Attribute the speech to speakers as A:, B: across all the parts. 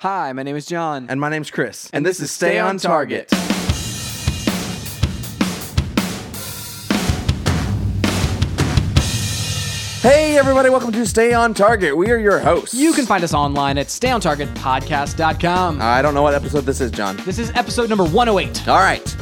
A: Hi, my name is John.
B: And my name's Chris. And, this, is Stay on Target. Hey, everybody, welcome to Stay on Target. We are your hosts.
A: You can find us online at stayontargetpodcast.com.
B: I don't know what episode this is, John.
A: this is episode number 108.
B: All right.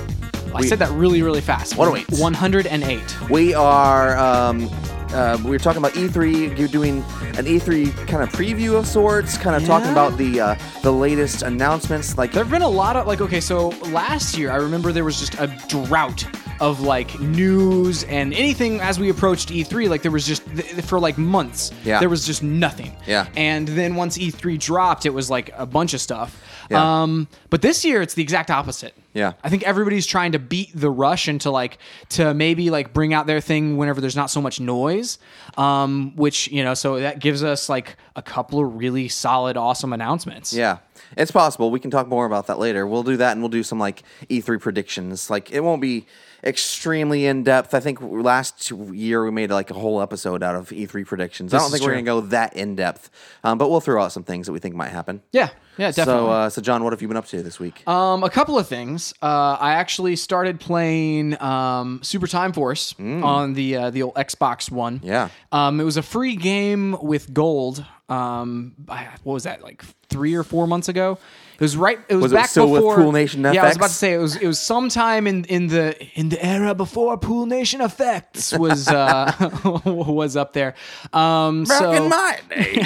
A: I said that really, really fast.
B: 108.
A: 108.
B: We are. Um, uh, we were talking about E3. You're doing an E3 kind of preview of sorts, kind of talking
A: Yeah.
B: about the uh, the latest announcements. Like,
A: There have been a lot of, like, okay, so last year I remember there was just a drought of, like, news and anything as we approached E3. Like, there was just, th- th- for like months,
B: Yeah.
A: there was just nothing.
B: Yeah.
A: And then once E3 dropped, it was like a bunch of stuff.
B: Yeah.
A: Um, but this year it's the exact opposite.
B: Yeah.
A: I think everybody's trying to beat the rush and to like to maybe like bring out their thing whenever there's not so much noise, um, which you know, so that gives us like a couple of really solid, awesome announcements.
B: Yeah, it's possible. We can talk more about that later. We'll do that, and we'll do some like E3 predictions. Like it won't be extremely in depth. I think last year we made like a whole episode out of E3 predictions. I
A: This
B: don't
A: is
B: think we're
A: true.
B: gonna go that in depth, um, but we'll throw out some things that we think might happen.
A: yeah, yeah, definitely.
B: So, uh, so John, what have you been up to this week?
A: um, a couple of things. Uh, I actually started playing um, Super Time Force on the uh, the old Xbox One.
B: Mm. Yeah.
A: Um, it was a free game with gold. Um, I- what was that like three or four months ago? It was right. It was,
B: Was it
A: back
B: still with
A: before
B: Pool Nation
A: Yeah, I was
B: FX?
A: about to say it was. It was sometime in in the in the era before Pool Nation Effects was uh, was up there. Um, so
B: my day,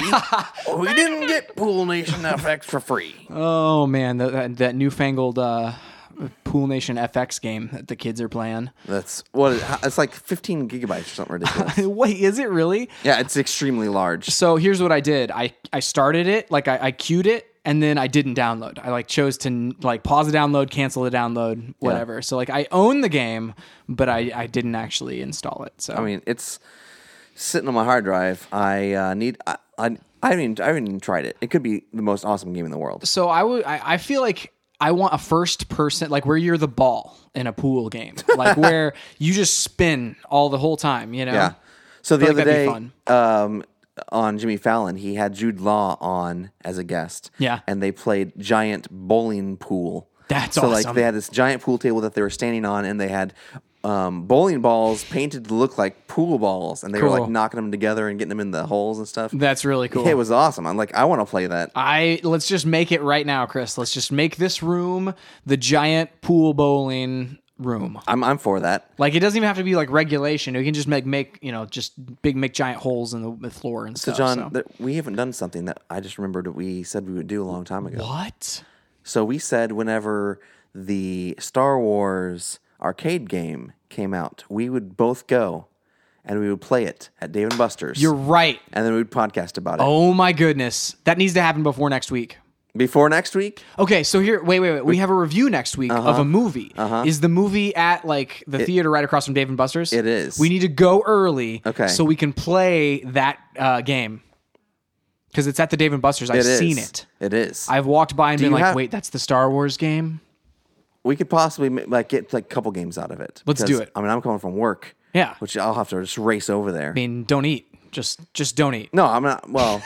B: we didn't get Pool Nation FX for free.
A: Oh man, that that, that newfangled uh, Pool Nation FX game that the kids are playing.
B: That's what it's like. Fifteen gigabytes or something ridiculous.
A: Wait, is it really?
B: yeah, it's extremely large.
A: So here's what I did. I I started it, like I, I queued it, and then I didn't download. I like chose to n- like pause the download, cancel the download, whatever. So like I own the game, but I I didn't actually install it. So
B: I mean, it's sitting on my hard drive. I uh, need. I, I, I haven't. even- I haven't even tried it. It could be the most awesome game in the world.
A: so I would I, I feel like I want a first person like where you're the ball in a pool game, like where you just spin all the whole time. You know.
B: Yeah. So the
A: feel like
B: other day,
A: that'd be
B: um, on Jimmy Fallon, he had Jude Law on as a guest.
A: Yeah.
B: And they played giant bowling pool.
A: That's
B: so like
A: awesome.
B: they had this giant pool table that they were standing on, and they had. Um, bowling balls painted to look like pool balls, and they were
A: Cool.
B: like knocking them together and getting them in the holes and stuff.
A: That's really cool.
B: It was awesome. I'm like, I want to play that.
A: I let's just make it right now, Chris. Let's just make this room the giant pool bowling room.
B: I'm, I'm for that.
A: Like it doesn't even have to be like regulation. We can just make make you know just big make giant holes in the, the floor and
B: So
A: stuff.
B: John,
A: so.
B: th- we haven't done something that I just remembered that we said we would do a long time ago.
A: what?
B: So we said whenever the Star Wars arcade game came out, we would both go and we would play it at Dave and Buster's.
A: You're right.
B: and then we would podcast about it
A: Oh my goodness, that needs to happen before next week.
B: before next week.
A: Okay, so here, wait, wait, wait. We have a review next week
B: Uh-huh.
A: of a movie. Is the movie at like the theater right across from Dave and Buster's?
B: It is.
A: We need to go early,
B: Okay.
A: so we can play that uh, game because it's at the Dave and Buster's. I've
B: It is.
A: seen it.
B: It is.
A: I've walked by and been
B: you
A: like,
B: have-
A: wait, that's the Star Wars game?
B: we could possibly ma- like get like a couple games out of it.
A: Let's do
B: Because,
A: it.
B: I mean, I'm coming from work.
A: Yeah.
B: Which I'll have to just race over there.
A: I mean, don't eat. Just just don't eat.
B: No, I'm not. Well,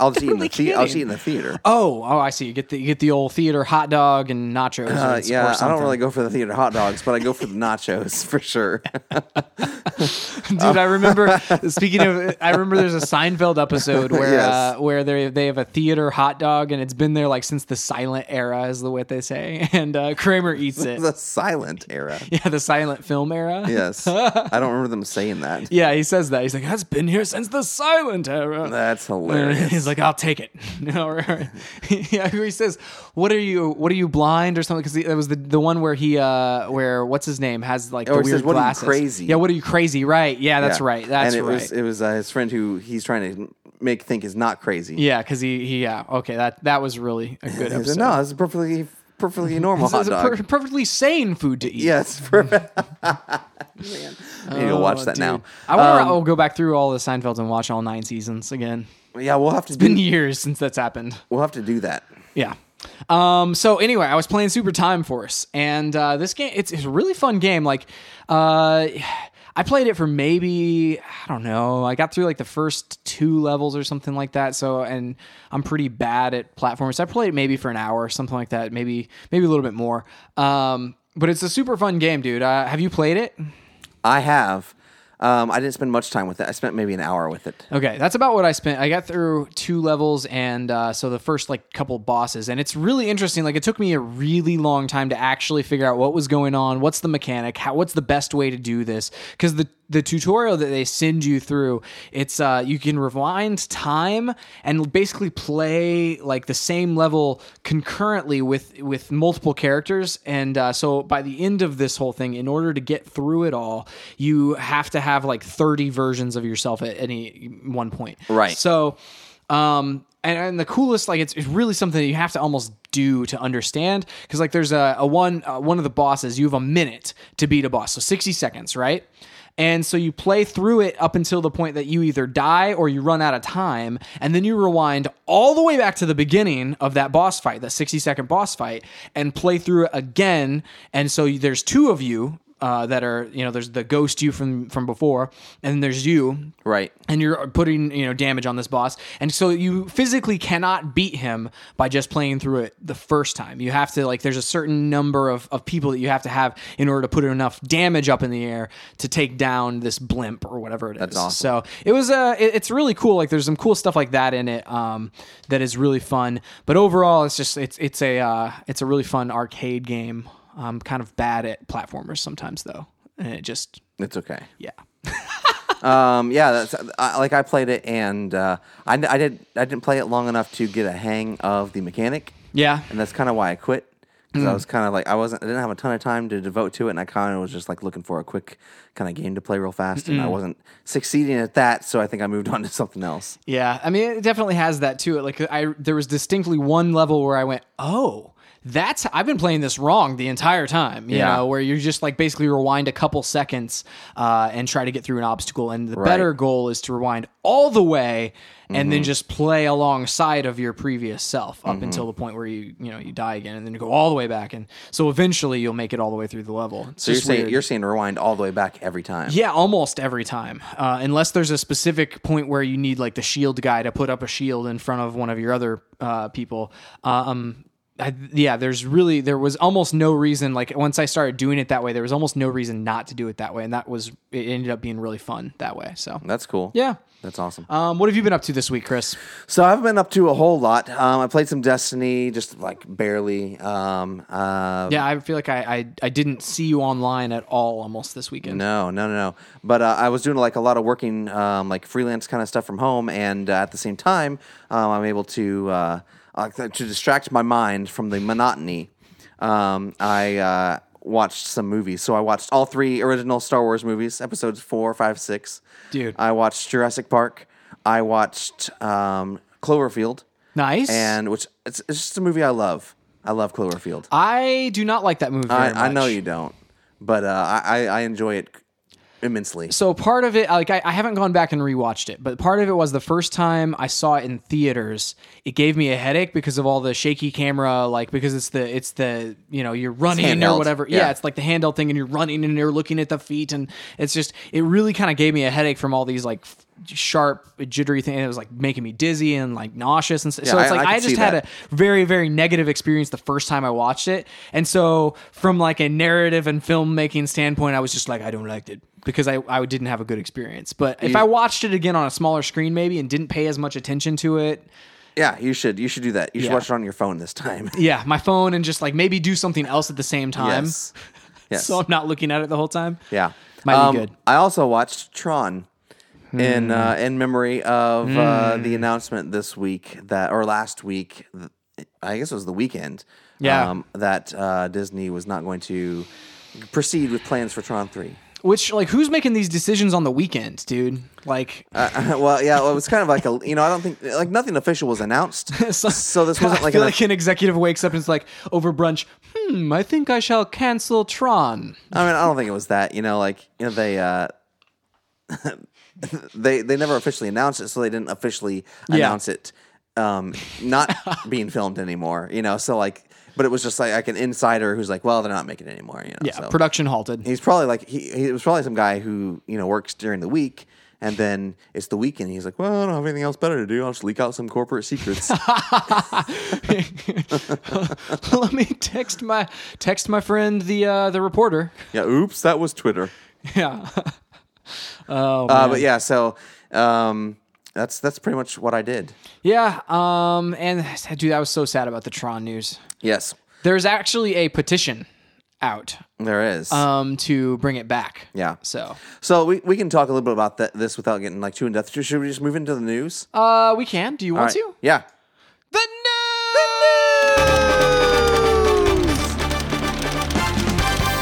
B: I'll just eat in
A: Totally
B: the the- I'll just
A: kidding.
B: eat in the theater.
A: Oh, oh, I see. You get the you get the old theater hot dog and nachos. or-
B: Uh,
A: or,
B: yeah, I
A: something.
B: don't really go for the theater hot dogs, but I go for the nachos for sure.
A: Dude, I remember speaking of I remember there's a Seinfeld episode where
B: Yes.
A: uh, where they they have a theater hot dog and it's been there like since the silent era is the what they say and uh, Kramer eats it.
B: the silent era.
A: Yeah, the silent film era.
B: Yes, I don't remember them saying that.
A: Yeah, he says that. He's like, "That's been here since the silent era."
B: That's
A: And
B: hilarious.
A: He's like, I'll take it. Or- or- yeah, he says, "What are you? What are you blind or something?" Because that was the, the one where he, uh, where what's his name has like the
B: Or
A: weird
B: he says, "What are you
A: glasses."
B: crazy?
A: Yeah, what are you crazy? Right? Yeah, that's
B: Yeah.
A: right. That's
B: and it
A: right.
B: was it was uh, his friend who he's trying to make think is not crazy.
A: yeah, because he, he, yeah, okay, that that was really a good
B: He said,
A: episode.
B: no, it's a perfectly perfectly normal
A: This
B: hot
A: is a
B: dog.
A: per- perfectly sane food to eat.
B: yes, perfect. Man, I need to watch
A: Oh,
B: that
A: dude.
B: now. Um,
A: I wonder. I'll go back through all the Seinfelds and watch all nine seasons again.
B: Yeah, we'll have to
A: Been
B: do,
A: years since that's happened.
B: we'll have to do that.
A: Yeah. Um, so anyway, I was playing Super Time Force, and uh, this game it's, it's a really fun game. Like, uh, I played it for maybe I don't know. I got through like the first two levels or something like that. So and I'm pretty bad at platformers. I played it maybe for an hour or something like that. Maybe maybe a little bit more. Um, but it's a super fun game, dude. Uh, have you played it?
B: I have. Um, I didn't spend much time with it. I spent maybe an hour with it.
A: Okay, that's about what I spent. I got through two levels and uh, so the first like couple bosses, and it's really interesting. Like it took me a really long time to actually figure out what was going on, what's the mechanic, how, what's the best way to do this, because the the tutorial that they send you through, it's uh, you can rewind time and basically play like the same level concurrently with with multiple characters, and uh, so by the end of this whole thing, in order to get through it all, you have to have like thirty versions of yourself at any one point.
B: Right.
A: So, um, and, and the coolest, like, it's, it's really something that you have to almost do to understand because, like, there's a, a one uh, one of the bosses. You have a minute to beat a boss, so sixty seconds, right? And so you play through it up until the point that you either die or you run out of time, and then you rewind all the way back to the beginning of that boss fight, that sixty second boss fight, and play through it again. And so you- there's two of you. Uh, that are you know there's the ghost you from from before and there's you
B: Right.
A: and you're putting you know damage on this boss and so you physically cannot beat him by just playing through it the first time you have to like there's a certain number of, of people that you have to have in order to put enough damage up in the air to take down this blimp or whatever it is.
B: That's awesome.
A: so it was uh it- it's really cool like there's some cool stuff like that in it um that is really fun but overall it's just it's it's a uh it's a really fun arcade game i'm kind of bad at platformers sometimes though and it just
B: It's okay.
A: yeah
B: Um, yeah, that's, I, like I played it, and uh, I, I did. I didn't play it long enough to get a hang of the mechanic,
A: yeah
B: and that's kind of why I quit. Because I
A: Mm.
B: was kind of like I wasn't. I didn't have a ton of time to devote to it, and I kind of was just like looking for a quick kind of game to play real fast,
A: Mm-hmm.
B: and I wasn't succeeding at that. So I think I moved on to something else.
A: Yeah, I mean, it definitely has that to it. Like, I there was distinctly one level where I went, "Oh, that's I've been playing this wrong the entire time." You
B: Yeah.
A: know, where you just like basically rewind a couple seconds uh, and try to get through an obstacle, and the better goal is to rewind all the way and
B: Mm-hmm.
A: then just play alongside of your previous self up until the point where you you know you die again, and then you go all the way back, and so eventually you'll make it all the way through the level. It's
B: So you're
A: just
B: saying
A: weird.
B: you're saying rewind all the way back every time.
A: Yeah, almost every time, uh, unless there's a specific point where you need like the shield guy to put up a shield in front of one of your other uh, people. Um, I, yeah, there's really there was almost no reason. Like once I started doing it that way, there was almost no reason not to do it that way, and that was it ended up being really fun that way. So
B: That's cool.
A: yeah.
B: That's awesome.
A: Um, what have you been up to this week, Chris?
B: So I've been up to a whole lot. Um, I played some Destiny, just like barely. Um, uh,
A: Yeah, I feel like I, I I didn't see you online at all almost this weekend.
B: No, no, no, no. But uh, I was doing like a lot of working, um, like freelance kind of stuff from home, and uh, at the same time, um, I'm able to uh, uh, to distract my mind from the monotony. Um, I uh, watched some movies, so I watched all three original Star Wars movies, episodes four, five, six.
A: Dude.
B: I watched Jurassic Park. I watched um, Cloverfield,
A: Nice.
B: and which it's, it's just a movie I love. I love Cloverfield.
A: I do not like that movie. Very
B: I, I know
A: much.
B: you don't, but uh, I, I I enjoy it immensely.
A: So part of it, like I, I haven't gone back and rewatched it, but part of it was the first time I saw it in theaters, it gave me a headache because of all the shaky camera, like because it's the it's the you know you're running or
B: handheld.
A: whatever. Yeah.
B: Yeah.
A: it's like the handheld thing, and you're running and you're looking at the feet, and it's just it really kind of gave me a headache from all these like f- sharp jittery things. It was like making me dizzy and like nauseous, and so, so
B: I-
A: it's like
B: I
A: I,
B: could see
A: just had
B: that.
A: a very very negative experience the first time I watched it, and so from like a narrative and filmmaking standpoint, I was just like I don't like it. Because I, I didn't have a good experience. But if I watched it again on a smaller screen, maybe, and didn't pay as much attention to it,
B: Yeah, you should. You should do that. You should
A: Yeah.
B: watch it on your phone this time.
A: yeah, my phone, and just like maybe do something else at the same time.
B: yes. Yes.
A: So I'm not looking at it the whole time.
B: yeah. Um,
A: Might be good. Hmm.
B: I also watched Tron in uh, in memory of uh, the announcement this week that or last week. th- I guess it was the weekend.
A: Yeah.
B: that uh, Disney was not going to proceed with plans for Tron three.
A: Which, like, who's making these decisions on the weekend, dude? Like,
B: Uh, well, yeah, well, it was kind of like a you know I don't think like nothing official was announced. so, this
A: I
B: wasn't like
A: feel
B: an
A: like an executive wakes up and is like, over brunch, hmm, I think I shall cancel Tron.
B: I mean, I don't think it was that. You know, like you know, they uh, they they never officially announced it, so they didn't officially
A: Yeah.
B: announce it um, not being filmed anymore. You know, so like But it was just like, like an insider who's like, well, they're not making it anymore. You know?
A: Yeah,
B: so.
A: production halted.
B: he's probably like he, he it was probably some guy who you know works during the week and then it's the weekend he's like well i don't have anything else better to do i'll just leak out some corporate secrets
A: Let me text my text my friend the uh, the reporter.
B: yeah oops that was twitter
A: Yeah. oh
B: uh,
A: man.
B: but yeah so um that's that's pretty much what i did
A: yeah. Um, and dude, I was so sad about the Tron news.
B: yes
A: There's actually a petition out
B: there is
A: um to bring it back.
B: Yeah.
A: So
B: so we, we can talk a little bit about that, this without getting like too in depth should we just move into the news
A: uh, we can. Do you want
B: All
A: to?
B: right. yeah
A: The news.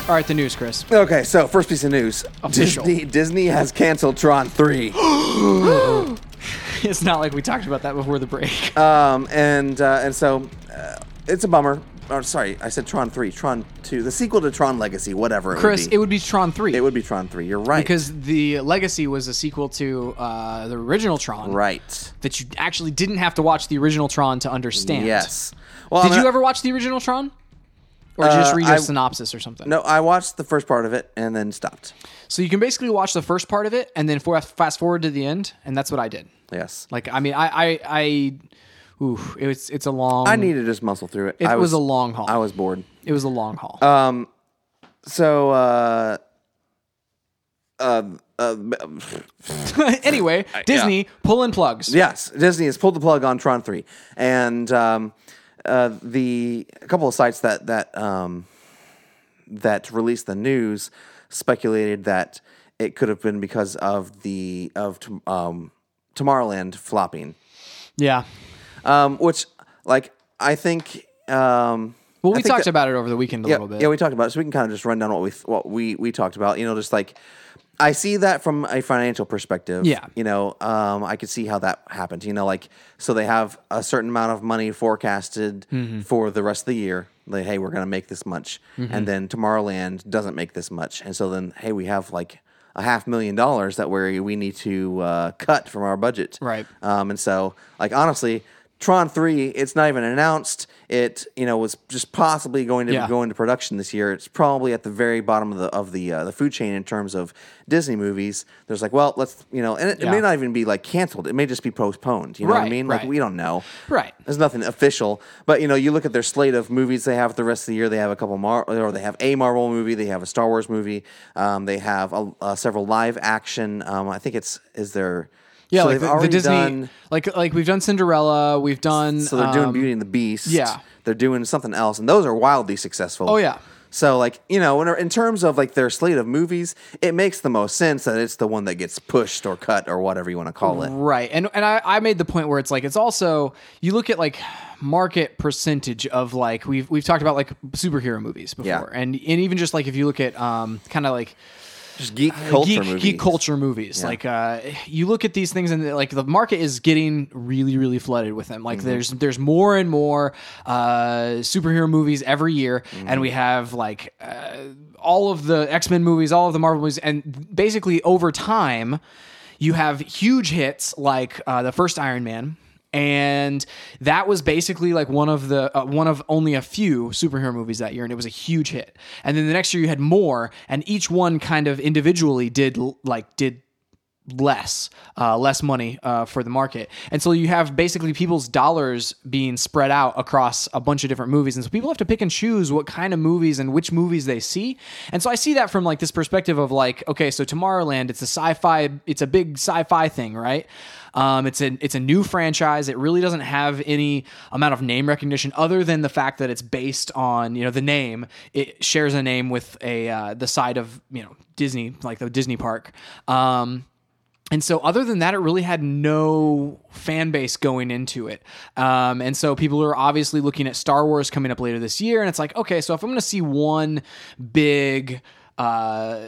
A: All right, the news, Chris.
B: okay so first piece of news
A: Official.
B: disney disney has canceled tron 3
A: It's not like we talked about that before the break.
B: Um, and uh, and so uh, it's a bummer. Or sorry, I said Tron three, Tron two, the sequel to Tron Legacy, whatever. It
A: Chris,
B: would be.
A: it would be Tron three.
B: It would be Tron three. You're right.
A: because the Legacy was a sequel to uh, the original Tron
B: right.
A: that you actually didn't have to watch the original Tron to understand.
B: Yes. Well,
A: Did
B: I mean,
A: you ever watch the original Tron? Or did you just
B: Uh,
A: read a
B: I-
A: synopsis or something?
B: No, I watched the first part of it and then stopped.
A: So you can basically watch the first part of it and then for, fast forward to the end, and that's what I did.
B: Yes.
A: Like, I mean, I, I, I ooh, it's it's a long.
B: I needed to just muscle through it.
A: Mm. It
B: I
A: was a long haul.
B: I was Uh, bored.
A: It was a long haul.
B: So, uh, uh, uh,
A: anyway, Disney pulling plugs.
B: Yes, Disney has pulled the plug on Tron three, and um, uh, the a couple of sites that that um, that released the news speculated that it could have been because of the of tom- um, Tomorrowland flopping,
A: Yeah.
B: um, which like I think. Um,
A: Well,
B: I
A: we
B: think
A: talked
B: that-
A: about it over the weekend a
B: yeah,
A: little bit.
B: Yeah, we talked about it, so we can kind of just run down what we what we we talked about. You know, just like I see that from a financial perspective.
A: Yeah.
B: you know, um, I could see how that happened. You know, like so they have a certain amount of money forecasted
A: Mm-hmm.
B: for the rest of the year. Like, hey, we're gonna make this much, and then Tomorrowland doesn't make this much, and so then hey, we have like. A half million dollars that we we need to uh, cut from our budget,
A: Right.
B: um, and so, like honestly, Tron three, it's not even announced. It you know was just possibly going to
A: Yeah.
B: go into production this year. It's probably at the very bottom of the of the uh, the food chain in terms of Disney movies. There's like, well, let's you know, and it, it
A: Yeah.
B: may not even be like canceled. It may just be postponed. You know what I
A: Right,
B: mean? Like
A: right.
B: we don't know.
A: Right.
B: There's nothing official, but you know, you look at their slate of movies they have the rest of the year. They have a couple Mar or they have a Marvel movie. They have a Star Wars movie. Um, they have a, uh, several live action. Um, I think it's is there.
A: Yeah,
B: so
A: like
B: they've
A: the, the
B: already
A: Disney,
B: done-
A: like like we've done Cinderella, we've done.
B: so they're doing
A: um,
B: Beauty and the Beast.
A: yeah.
B: They're doing something else, and those are wildly successful.
A: Oh, yeah.
B: So like you know, in, in terms of like their slate of movies, it makes the most sense that it's the one that gets pushed or cut or whatever you want to call it.
A: um, Right. And and I, I made the point where it's like it's also you look at like market percentage of like we've we've talked about like superhero movies before.
B: Yeah.
A: And and even just like if you look at um kind of like
B: Just geek culture
A: Uh, geek,
B: movies.
A: geek culture movies. Like uh, you look at these things and like the market is getting really, really flooded with them. Like
B: Mm-hmm.
A: there's there's more and more uh, superhero movies every year, and
B: Mm-hmm.
A: we have like uh, all of the X Men movies, all of the Marvel movies, and basically over time, you have huge hits like uh, the first Iron Man. And that was basically like one of the uh, one of only a few superhero movies that year, and it was a huge hit. And then the next year you had more, and each one kind of individually did l- like did less uh, less money uh, for the market and so you have basically people's dollars being spread out across a bunch of different movies and so people have to pick and choose what kind of movies and which movies they see and so i see that from like this perspective of like okay so tomorrowland it's a sci-fi it's a big sci-fi thing right um, it's a it's a new franchise. It really doesn't have any amount of name recognition other than the fact that it's based on you know the name. It shares a name with a uh, the side of you know Disney like the Disney park. Um, and so, other than that, it really had no fan base going into it. Um, and so, people are obviously looking at Star Wars coming up later this year. And it's like, okay, so if I'm going to see one big, uh,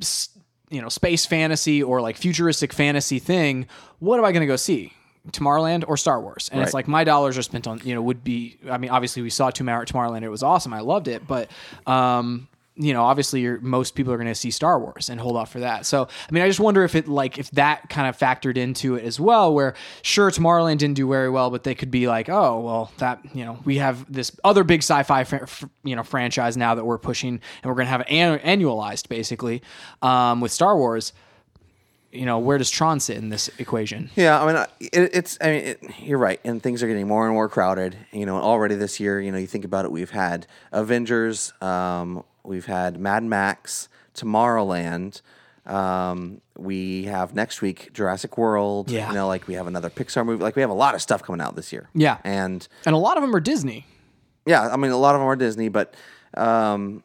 A: s- you know, space fantasy or like futuristic fantasy thing, what am I going to go see? Tomorrowland or Star Wars? And it's
B: Right.
A: like my dollars are spent on, you know, would be, I mean, obviously we saw Tomorrow- Tomorrowland. It was awesome. I loved it. But, um, you know, obviously, you're, most people are going to see Star Wars and hold off for that. So, I mean, I just wonder if it like if that kind of factored into it as well. Where sure, Tomorrowland didn't do very well, but they could be like, oh, well, that you know, we have this other big sci-fi fr- fr- you know franchise now that we're pushing, and we're going to have it an- annualized basically um, with Star Wars. You know, where does Tron sit in this equation?
B: Yeah, I mean, I- it, it's. I mean, it, you're right, and things are getting more and more crowded. You know, and already this year, you know, you think about it, we've had Avengers, um, we've had Mad Max, Tomorrowland, um, we have next week Jurassic World.
A: Yeah.
B: you know, like we have another Pixar movie. Like we have a lot of stuff coming out this year.
A: Yeah.
B: and
A: And a lot of them are Disney.
B: yeah, I mean, a lot of them are Disney, but um,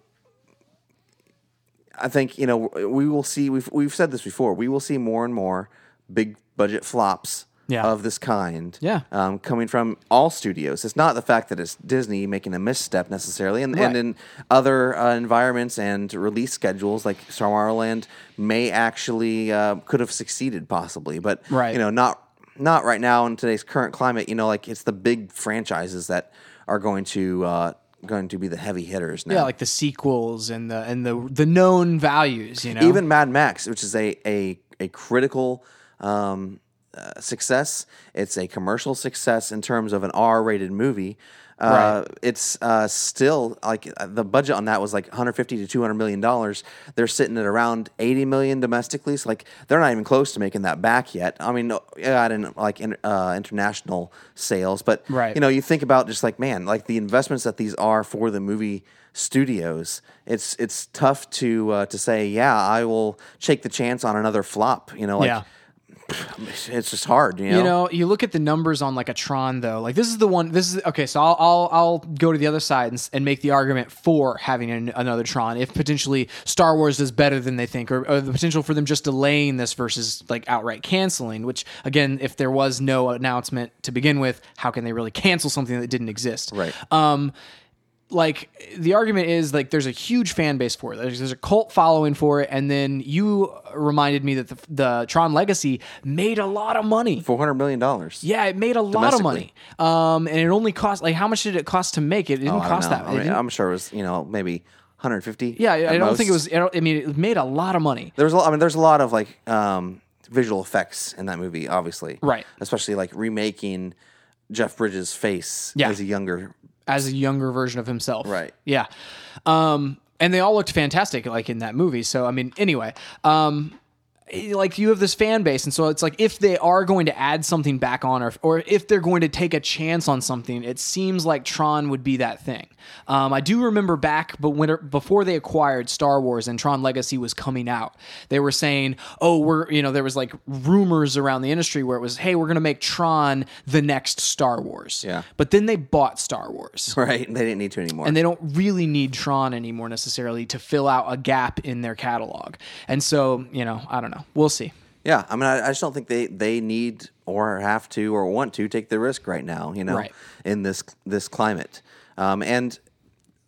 B: I think you know we will see. We've we've said this before. We will see more and more big budget flops
A: Yeah.
B: of this kind.
A: Yeah.
B: um, coming from all studios. It's not the fact that it's Disney making a misstep necessarily, and,
A: Right.
B: and in other uh, environments and release schedules, like Starmarland may actually uh, could have succeeded possibly, but
A: Right.
B: you know not not right now in today's current climate. You know, like it's the big franchises that are going to uh, going to be the heavy hitters now.
A: Yeah, like the sequels and the and the the known values. You know,
B: Even Mad Max, which is a a a critical. Um, uh, success. It's a commercial success in terms of an R-rated movie. Uh, It's uh, still like uh, the budget on that was like 150 to 200 million dollars. They're sitting at around 80 million domestically. So like they're not even close to making that back yet. I mean, no- yeah, I didn't like in, uh, international sales, but
A: Right.
B: you know, you think about just like man, like the investments that these are for the movie studios. It's it's tough to uh, to say yeah, I will take the chance on another flop. You know, like
A: Yeah.
B: it's just hard, you know.
A: You know, you look at the numbers on like a Tron though. Like this is the one. This is okay. So I'll I'll, I'll go to the other side and, s- and make the argument for having an, another Tron if potentially Star Wars does better than they think, or, or the potential for them just delaying this versus like outright canceling. Which again, if there was no announcement to begin with, how can they really cancel something that didn't exist?
B: Right.
A: Um, like the argument is like there's a huge fan base for it. There's, there's a cult following for it, and then you reminded me that the, the Tron Legacy made a lot of money.
B: Four hundred million dollars.
A: Yeah, it made a lot of money.
B: Domestically.
A: Um, and it only cost like how much did it cost to make it? It didn't
B: Oh, I
A: cost
B: don't
A: that.
B: know.
A: it
B: I mean,
A: didn't-
B: I'm sure it was you know maybe 150.
A: yeah, I
B: at
A: I don't think it
B: most.
A: was. I don't- I mean, it made a lot of money.
B: There's a lot, I mean, there's a lot of like um, visual effects in that movie, obviously.
A: Right.
B: Especially like remaking Jeff Bridges' face
A: Yeah.
B: as a younger.
A: as a younger version of himself.
B: Right.
A: Yeah. Um, and they all looked fantastic, like in that movie. So I mean, anyway, um, like you have this fan base, and so it's like if they are going to add something back on, or or if they're going to take a chance on something, it seems like Tron would be that thing. Um, I do remember back, but when before they acquired Star Wars and Tron Legacy was coming out, they were saying, "Oh, we're you know there was like rumors around the industry where it was, hey, we're going to make Tron the next Star Wars."
B: Yeah.
A: But then they bought Star Wars,
B: Right. They didn't need to anymore.
A: and they don't really need Tron anymore necessarily to fill out a gap in their catalog. And so, you know, I don't know. We'll see.
B: yeah. I mean, I, I just don't think they they need or have to or want to take the risk right now. You know,
A: Right.
B: in this this climate, um, and.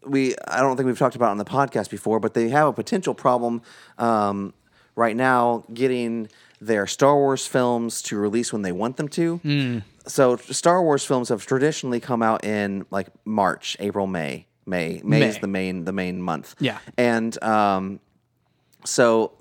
B: We, I don't think we've talked about it on the podcast before, but they have a potential problem um, right now getting their Star Wars films to release when they want them to.
A: Hmm.
B: So Star Wars films have traditionally come out in like March, April, May. May May, is
A: May.
B: the main the main month.
A: Yeah.
B: and um, so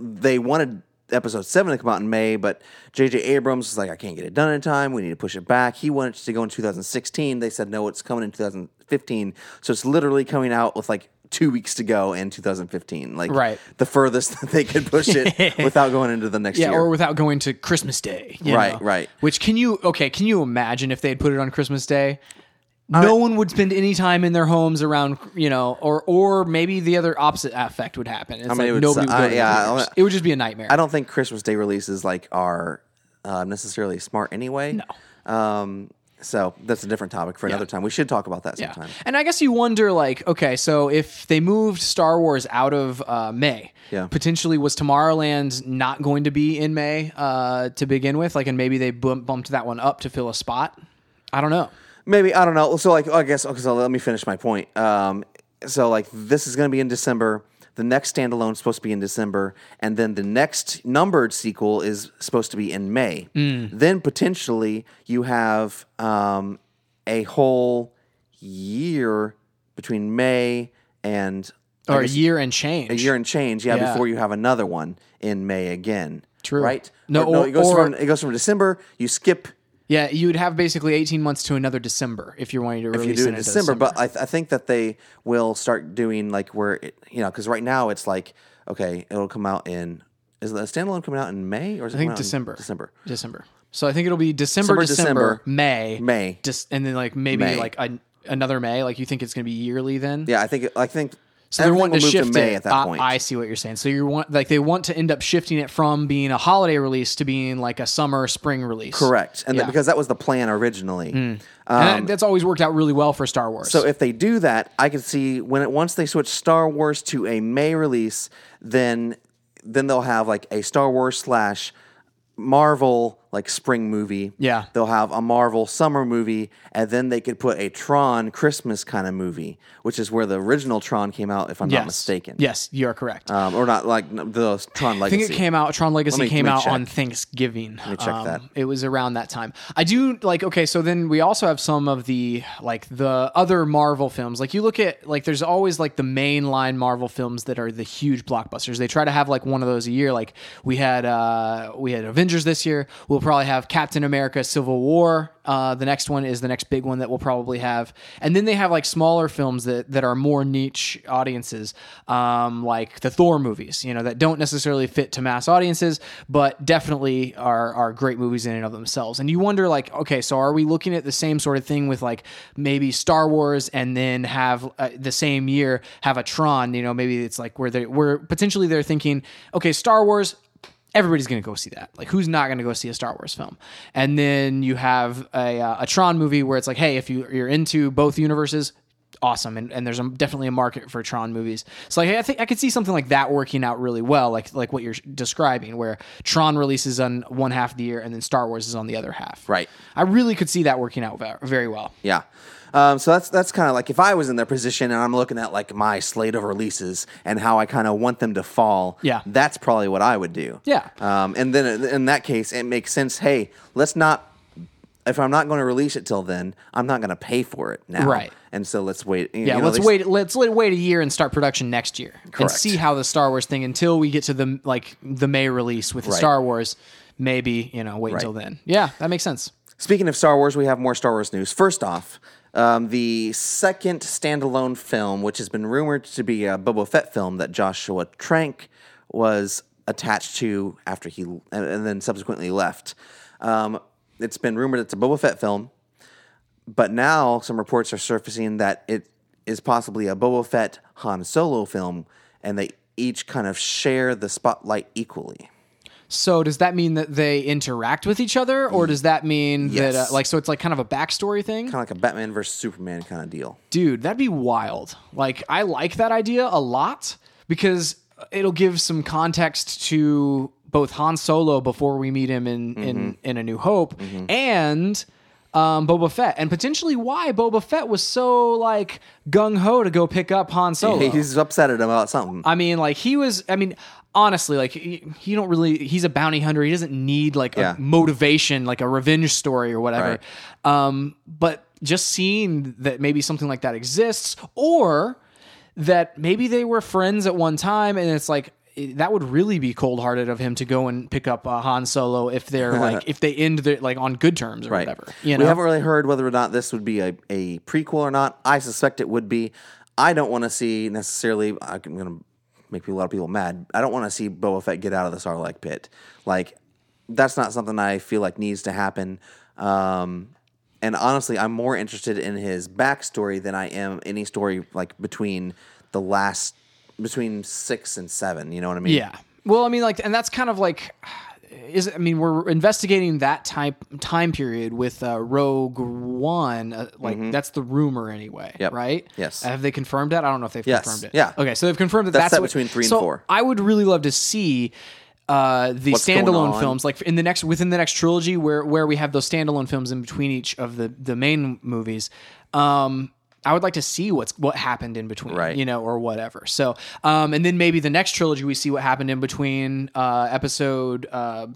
B: they wanted episode seven to come out in May, but J.J. Abrams was like, I can't get it done in time. We need to push it back. He wanted it to go in 2016. They said, no, it's coming in 2015. So it's literally coming out with like two weeks to go in 2015. Like
A: Right.
B: the furthest that they could push it without going into the next
A: Yeah,
B: year.
A: or without going to Christmas Day. you
B: Right,
A: know?
B: right.
A: Which can you okay, can you imagine if they had put it on Christmas Day? No one would spend any time in their homes around, you know, or or maybe the other opposite effect would happen. It's
B: mean,
A: like
B: it would
A: nobody would
B: suck.
A: go
B: I-
A: to the
B: yeah, I
A: theaters.
B: don't-
A: It would just be a nightmare.
B: I don't think Christmas Day releases like are uh, necessarily smart anyway. No. Um, so that's a different topic for another time. We should talk about that
A: Yeah.
B: sometime.
A: And I guess you wonder, like, okay, so if they moved Star Wars out of uh, May,
B: Yeah.
A: potentially was Tomorrowland not going to be in May uh, to begin with? Like, and maybe they bump, bumped that one up to fill a spot? I don't know.
B: Maybe I don't know. So like I guess okay, so let me finish my point. Um, so like this is going to be in December. The next standalone is supposed to be in December, and then the next numbered sequel is supposed to be in May.
A: Hmm.
B: Then potentially you have um, a whole year between May and
A: or a year and change.
B: a year and change, yeah,
A: Yeah.
B: before you have another one in May again.
A: True.
B: Right?
A: No,
B: Or- no
A: or-
B: it goes
A: or-
B: from it goes from December, you skip
A: Yeah, you would have basically 18 months to another December if you're wanting to release
B: you do
A: it
B: it in December, but I, th- I think that they will start doing like where it, you know because right now it's like okay it'll come out in is the standalone coming out in May or is it
A: I think
B: coming out in
A: December.
B: December
A: December. So I think it'll be December,
B: December,
A: December,
B: December,
A: May,
B: May
A: Dis- and then like maybe
B: May.
A: like an another May. Like you think it's going to be yearly then?
B: yeah I think I think
A: So they're
B: everything
A: wanting to
B: will move
A: shift
B: May
A: it.
B: at that
A: I-
B: point
A: I see what you're saying. So you want like they want to end up shifting it from being a holiday release to being like a summer spring release.
B: correct and
A: Yeah. Hmm.
B: then, because that was the plan originally Um,
A: And that- that's always worked out really well for Star Wars.
B: So if they do that, I could see when it once they switch Star Wars to a May release, then then they'll have like a Star Wars slash Marvel like spring movie.
A: Yeah.
B: They'll have a Marvel summer movie, and then they could put a Tron Christmas kind of movie, which is where the original Tron came out, if I'm
A: yes.
B: not mistaken.
A: Yes, you are correct.
B: Um, or not like n- the Tron
A: I
B: Legacy.
A: think it came out. Tron Legacy
B: me-
A: came
B: let me
A: out
B: check.
A: on Thanksgiving. Let me
B: check that.
A: It was around that time. I do like okay. So then we also have some of the like the other Marvel films. Like you look at like there's always like the mainline Marvel films that are the huge blockbusters. They try to have like one of those a year. Like we had uh we had Avengers this year. We'll probably have Captain America: Civil War. Uh, the next one is the next big one that we'll probably have, and then they have like smaller films that that are more niche audiences, um, like the Thor movies, you know, that don't necessarily fit to mass audiences, but definitely are are great movies in and of themselves. And you wonder, like, okay, so are we looking at the same sort of thing with like maybe Star Wars, and then have uh, the same year have a Tron, you know, maybe it's like where they where potentially they're thinking, okay, Star Wars, everybody's going to go see that. Like, who's not going to go see a Star Wars film? And then you have a, uh, a Tron movie where it's like, hey, if you, you're into both universes, awesome. And, and there's a, definitely a market for Tron movies. So like, I think I could see something like that working out really well, like like what you're describing, where Tron releases on one half of the year and then Star Wars is on the other half.
B: Right.
A: I really could see that working out ve- very well.
B: Yeah. Um, so that's that's kind of like if I was in their position and I'm looking at like my slate of releases and how I kind of want them to fall.
A: Yeah.
B: That's probably what I would do.
A: Yeah.
B: Um, and then in that case, it makes sense. Hey, let's not. If I'm not going to release it till then, I'm not going to pay for it now.
A: Right.
B: And so let's wait. you
A: Yeah,
B: know,
A: let's
B: they-
A: wait. Let's let- wait a year and start production next year and
B: Correct.
A: see how the Star Wars thing until we get to the like the May release with the
B: Right.
A: Star Wars. Maybe you know wait until then. Yeah, that makes sense.
B: Speaking of Star Wars, we have more Star Wars news. First off, um, the second standalone film, which has been rumored to be a Boba Fett film that Joshua Trank was attached to after he and, and then subsequently left. Um, it's been rumored it's a Boba Fett film, but now some reports are surfacing that it is possibly a Boba Fett Han Solo film, and they each kind of share the spotlight equally.
A: So does that mean that they interact with each other, or does that mean that
B: Yes.
A: uh, like so it's like kind of a backstory thing?
B: Kind of like a Batman versus Superman kind of deal.
A: Dude, that'd be wild. Like I like that idea a lot because it'll give some context to both Han Solo before we meet him in in, in A New Hope and um, Boba Fett, and potentially why Boba Fett was so like gung ho to go pick up Han Solo.
B: He's upset at him about something.
A: I mean, like he was. I mean, honestly, like he, he don't really. He's a bounty hunter. He doesn't need like
B: Yeah.
A: a motivation, like a revenge story or whatever. Um, but just seeing that maybe something like that exists, or that maybe they were friends at one time, and it's like. it- That would really be cold-hearted of him to go and pick up uh, Han Solo if they're like if they end their like on good terms or
B: Right.
A: whatever. You
B: We
A: know,
B: haven't really heard whether or not this would be a, a prequel or not. I suspect it would be. I don't want to see necessarily. I'm going to make a lot of people mad. I don't want to see Boba Fett get out of the Sarlacc pit. Like that's not something I feel like needs to happen. Um, and honestly, I'm more interested in his backstory than I am any story like between the last between six and seven. You know what I mean?
A: Yeah. Well, I mean, like, and that's kind of like, is I mean, we're investigating that type time period with uh, Rogue One. Uh, like, that's the rumor anyway,
B: Mm-hmm. Yep.
A: right?
B: Yes.
A: Have they confirmed that? I don't know if they've
B: Yes.
A: confirmed it.
B: Yeah.
A: Okay, so they've confirmed that
B: That's
A: that's,
B: set
A: what-
B: between three and
A: so
B: four.
A: I would really love to see. Uh, the
B: going
A: standalone
B: on?
A: films, like in the next within the next trilogy, where where we have those standalone films in between each of the the main movies, um, I would like to see what's what happened in between,
B: Right.
A: You know, or whatever. So, um, and then maybe the next trilogy we see what happened in between uh, episode uh, uh,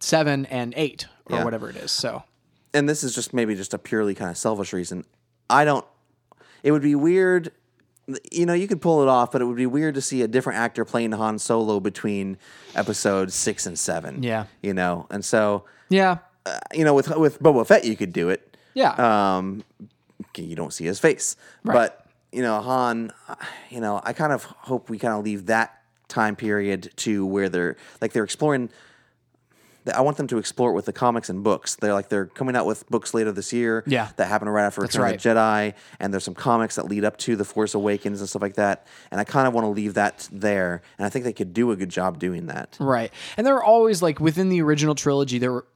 A: seven and eight or
B: Yeah.
A: whatever it is. So,
B: and this is just maybe just a purely kind of selfish reason. I don't. It would be weird you know, you could pull it off, but it would be weird to see a different actor playing Han Solo between episodes six and seven.
A: Yeah.
B: you know, and so
A: Yeah.
B: uh, you know, with with Boba Fett, you could do it.
A: Yeah.
B: Um, you don't see his face, but you know, Han. You know, I kind of hope we kind of leave that time period to where they're like they're exploring. I want them to explore it with the comics and books. They're like they're coming out with books later this year.
A: Yeah.
B: that happen right after Return of the Jedi, and there's some comics that lead up to the Force Awakens and stuff like that. And I kind of want to leave that there, and I think they could do a good job doing that.
A: Right. And there were always like within the original trilogy there were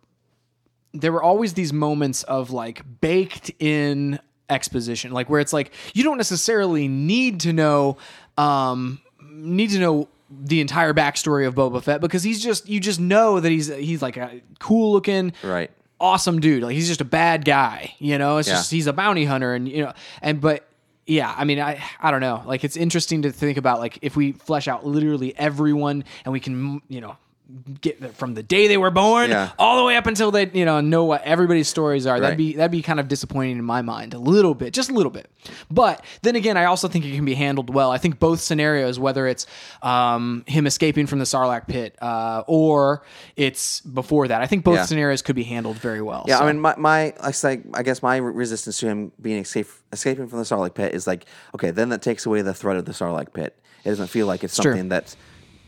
A: there were always these moments of like baked in exposition, like where it's like you don't necessarily need to know um need to know the entire backstory of Boba Fett because he's just you just know that he's he's like a cool looking
B: Right.
A: awesome dude. Like he's just a bad guy, you know. It's
B: Yeah.
A: just he's a bounty hunter, and you know, and but yeah, I mean, I I don't know. Like it's interesting to think about like if we flesh out literally everyone, and we can you know get the- from the day they were born
B: Yeah.
A: all the way up until they you know know what everybody's stories are.
B: Right.
A: That'd be that'd be kind of disappointing in my mind a little bit, just a little bit. But then again, I also think it can be handled well. I think both scenarios, whether it's um, him escaping from the Sarlacc pit uh, or it's before that, I think both
B: Yeah.
A: scenarios could be handled very well.
B: Yeah,
A: So-
B: I mean, my, my I say- I guess my re- resistance to him being escape, escaping from the Sarlacc pit is like, okay, then that takes away the threat of the Sarlacc pit. It doesn't feel like it's
A: true.
B: something that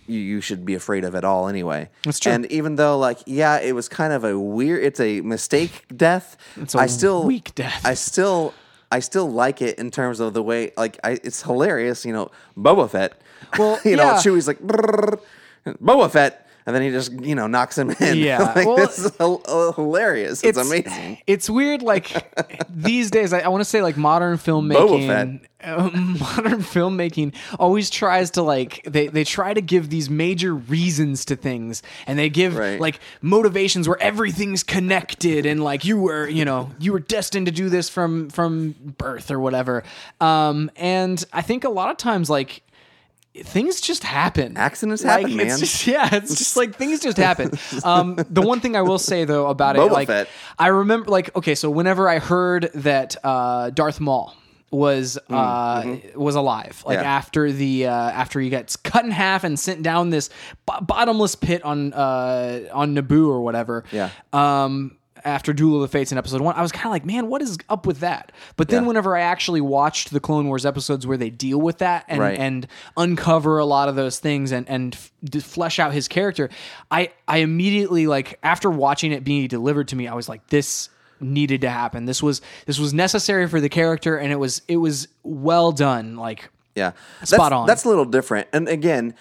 B: you, you should be afraid of at all, anyway.
A: That's true.
B: And even though, like, yeah, it was kind of a weird, it's a mistake death.
A: a
B: I still
A: weak death.
B: I still, I still like it in terms of the way, like, I, it's hilarious. You know, Boba Fett.
A: Well,
B: you know,
A: yeah.
B: Chewie's like "Brrr, Boba Fett. And then he just, you know, knocks him in.
A: Yeah,
B: like,
A: well,
B: this is hil- uh, hilarious. It's, amazing.
A: It's weird, like these days. I, I want to say like modern
B: Fett.
A: filmmaking. Um, modern filmmaking always tries to like they they try to give these major reasons to things, and they give
B: Right.
A: like motivations where everything's connected, and like you were you know you were destined to do this from from birth or whatever. Um, and I think a lot of times like things just happen.
B: Accidents
A: Like,
B: happen,
A: it's
B: man.
A: just- yeah, it's just like things just happen. Um, the one thing I will say though about it,
B: Boba
A: like
B: Fett.
A: I remember, like okay, so whenever I heard that uh, Darth Maul was uh, was alive, like
B: Mm, mm-hmm. Yeah.
A: after the uh, after he gets cut in half and sent down this bo- bottomless pit on uh, on Naboo or whatever,
B: Yeah.
A: um, after Duel of the Fates in episode one, I was kind of like, man, what is up with that? But then
B: Yeah.
A: whenever I actually watched the Clone Wars episodes where they deal with that and,
B: Right.
A: and uncover a lot of those things and and f- d- flesh out his character, I I immediately like after watching it being delivered to me, I was like, this needed to happen. This was this was necessary for the character, and it was it was well done. Like
B: Yeah, that's,
A: Spot on.
B: That's a little different. And again,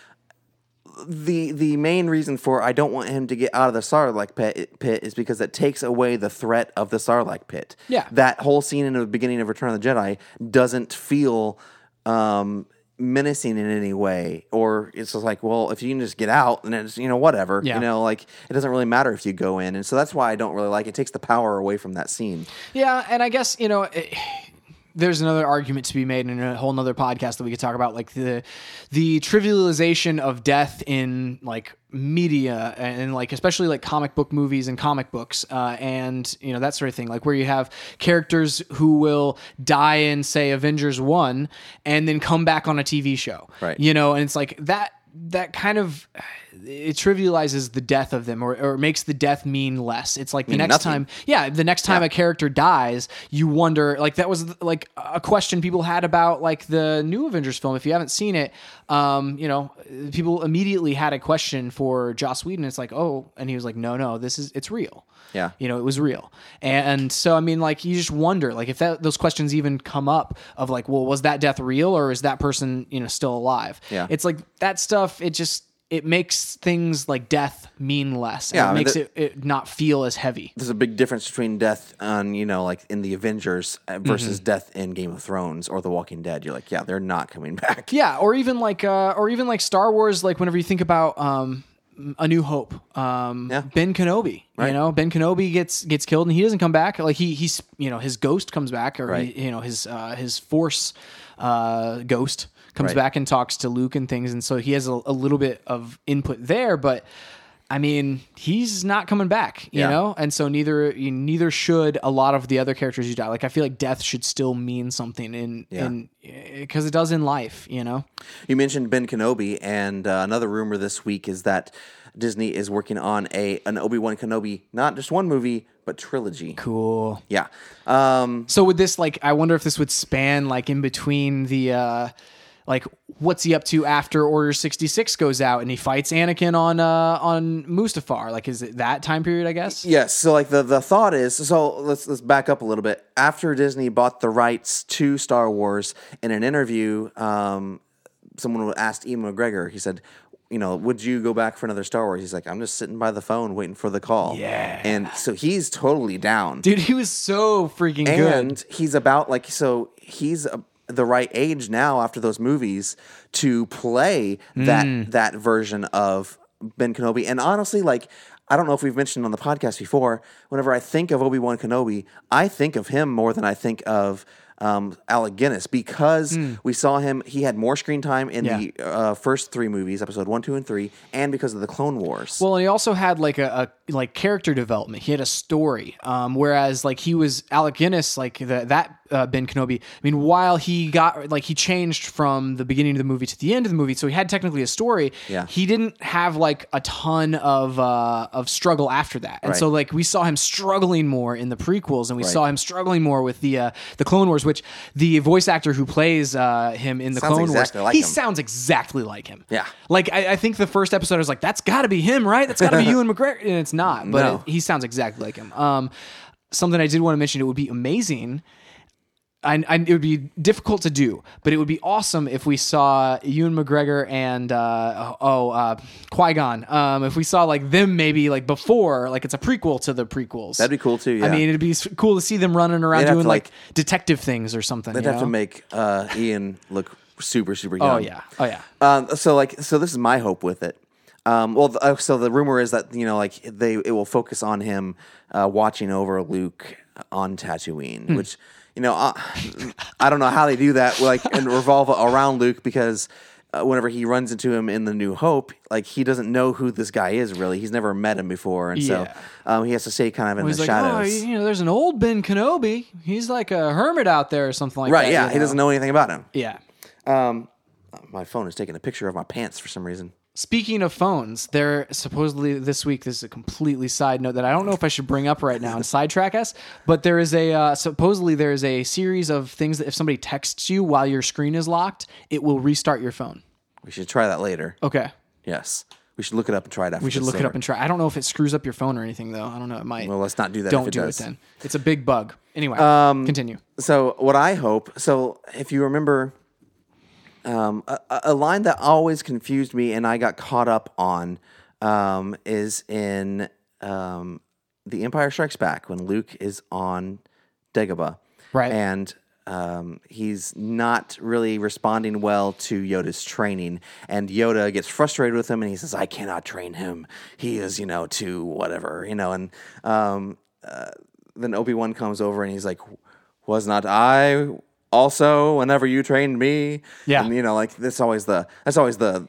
B: the the main reason for I don't want him to get out of the Sarlacc pit, pit is because it takes away the threat of the Sarlacc pit.
A: Yeah.
B: that whole scene in the beginning of Return of the Jedi doesn't feel um, menacing in any way, or it's just like, well, if you can just get out, then it's you know whatever.
A: Yeah.
B: You know, like it doesn't really matter if you go in, and so that's why I don't really like it. it takes the power away from that scene.
A: Yeah, and I guess you know, it, there's another argument to be made in a whole nother podcast that we could talk about, like the the trivialization of death in like media and like especially like comic book movies and comic books uh, and you know that sort of thing like where you have characters who will die in say avengers 1 and then come back on a tv show
B: Right.
A: you know and it's like that that kind of it trivializes the death of them or, or makes the death mean less it's like the next
B: nothing.
A: time yeah the next time a character dies you wonder like that was like a question people had about like the new avengers film if you haven't seen it um you know people immediately had a question for joss whedon it's like oh and he was like no no this is it's real
B: Yeah.
A: you know it was real and so i mean like you just wonder like if that those questions even come up of like well was that death real or is that person you know still alive
B: Yeah.
A: it's like that stuff it just it makes things like death mean less and
B: Yeah, I
A: it
B: mean,
A: makes
B: the-
A: it, it not feel as heavy
B: there's a big difference between death on you know like in the Avengers uh, versus death in Game of Thrones or The Walking Dead. You're like, yeah, they're not coming back.
A: Yeah, or even like uh or even like Star Wars like whenever you think about um A New Hope. Um
B: Yeah.
A: Ben Kenobi, you know, Ben Kenobi gets gets killed and he doesn't come back. Like he he's you know, his ghost comes back or
B: Right.
A: he, you know, his uh his force uh ghost comes
B: Right.
A: back and talks to Luke and things and so he has a, a little bit of input there, but I mean, he's not coming back, you
B: Yeah.
A: know, and so neither you- neither should a lot of the other characters you die. Like I feel like death should still mean something in
B: Yeah.
A: in because it does in life, you know.
B: You mentioned Ben Kenobi, and uh, another rumor this week is that Disney is working on a an Obi Wan Kenobi, not just one movie, but trilogy.
A: Cool.
B: Yeah, um,
A: So would this like? I wonder if this would span like in between the. uh like what's he up to after Order sixty six goes out and he fights Anakin on uh on Mustafar? Like is it that time period? I guess.
B: yes. So like the the thought is, so let's let's back up a little bit. After Disney bought the rights to Star Wars, in an interview, um, someone asked Ian McGregor. He said. You know, would you go back for another Star Wars? He's like, I'm just sitting by the phone waiting for the call.
A: Yeah.
B: And so he's totally down.
A: Dude, he was so freaking good.
B: and he's about like so he's uh the right age now after those movies to play
A: Mm.
B: that that version of Ben Kenobi. And honestly, like I don't know if we've mentioned on the podcast before. Whenever I think of Obi Wan Kenobi, I think of him more than I think of. Um, Alec Guinness because we saw him. He had more screen time in
A: Mm. Yeah.
B: the uh, first three movies, episode one, two, and three, and because of the Clone Wars.
A: Well, and he also had like a, a like character development. He had a story. Um, whereas like he was Alec Guinness, like the, that uh, Ben Kenobi. I mean, while he got like he changed from the beginning of the movie to the end of the movie, so he had technically a story.
B: Yeah.
A: He didn't have like a ton of uh, of struggle after that, and so like we saw him struggling more in the prequels, and we saw him struggling more with the uh, the Clone Wars, which the voice actor who plays uh, him in the
B: Sounds
A: Clone
B: exactly
A: Wars,
B: like
A: he
B: him.
A: sounds exactly like him.
B: Yeah.
A: Like I, I think the first episode I was like, that's got to be him, right? That's got to be Ewan McGregor, and it's not. But
B: No.
A: it- he sounds exactly like him. Um, something I did want to mention. It would be amazing. I, I, it would be difficult to do, but it would be awesome if we saw Ewan McGregor and uh, oh uh, Qui Gon. Um, if we saw like them maybe like before, like it's a prequel to the prequels.
B: That'd be cool too. Yeah.
A: I mean, it'd be s- cool to see them running around
B: They'd have
A: doing
B: to,
A: like,
B: like-
A: detective things or something.
B: I'd
A: you
B: have to
A: know?
B: make uh, Ian look super, super young.
A: oh yeah, oh yeah.
B: Um, so like, so this is my hope with it. Um, well, th- uh, so the rumor is that you know, like they it will focus on him uh, watching over Luke on Tatooine,
A: Hmm.
B: which you know, uh, I don't know how they do that, like and revolve around Luke because. Uh, whenever he runs into him in the New Hope, like he doesn't know who this guy is really. He's never met him before, and
A: Yeah.
B: so um, he has to stay kind of in
A: He's
B: the
A: like,
B: shadows.
A: oh, you know, there's an old Ben Kenobi. He's like a hermit out there or something like
B: right?
A: that.
B: yeah,
A: you
B: he doesn't know anything about him.
A: Yeah.
B: My phone is taking a picture of my pants for some reason.
A: Speaking of phones, they're supposedly this week. This is a completely side note that I don't know if I should bring up right now and sidetrack us. But there is a uh, supposedly there is a series of things that if somebody texts you while your screen is locked, it will restart your phone.
B: We should try that later.
A: Okay,
B: Yes. We should look it up and try it after.
A: we should look it up and try. I don't know if it screws up your phone or anything though. I don't know. It might.
B: Well, let's not do that.
A: don't
B: if it
A: do
B: does.
A: it then. It's a big bug. Anyway, um, continue.
B: So, what I hope. So, if you remember, um, a, a- a line that always confused me and I got caught up on um, is in um, The Empire Strikes Back when Luke is on Dagobah,
A: Right.
B: And um, he's not really responding well to Yoda's training, and Yoda gets frustrated with him, and he says, "I cannot train him. He is, you know, too whatever, you know." And um, then Obi Wan comes over and he's like, "Was not I also whenever you trained me?"
A: Yeah.
B: and you know, like that's always the that's always the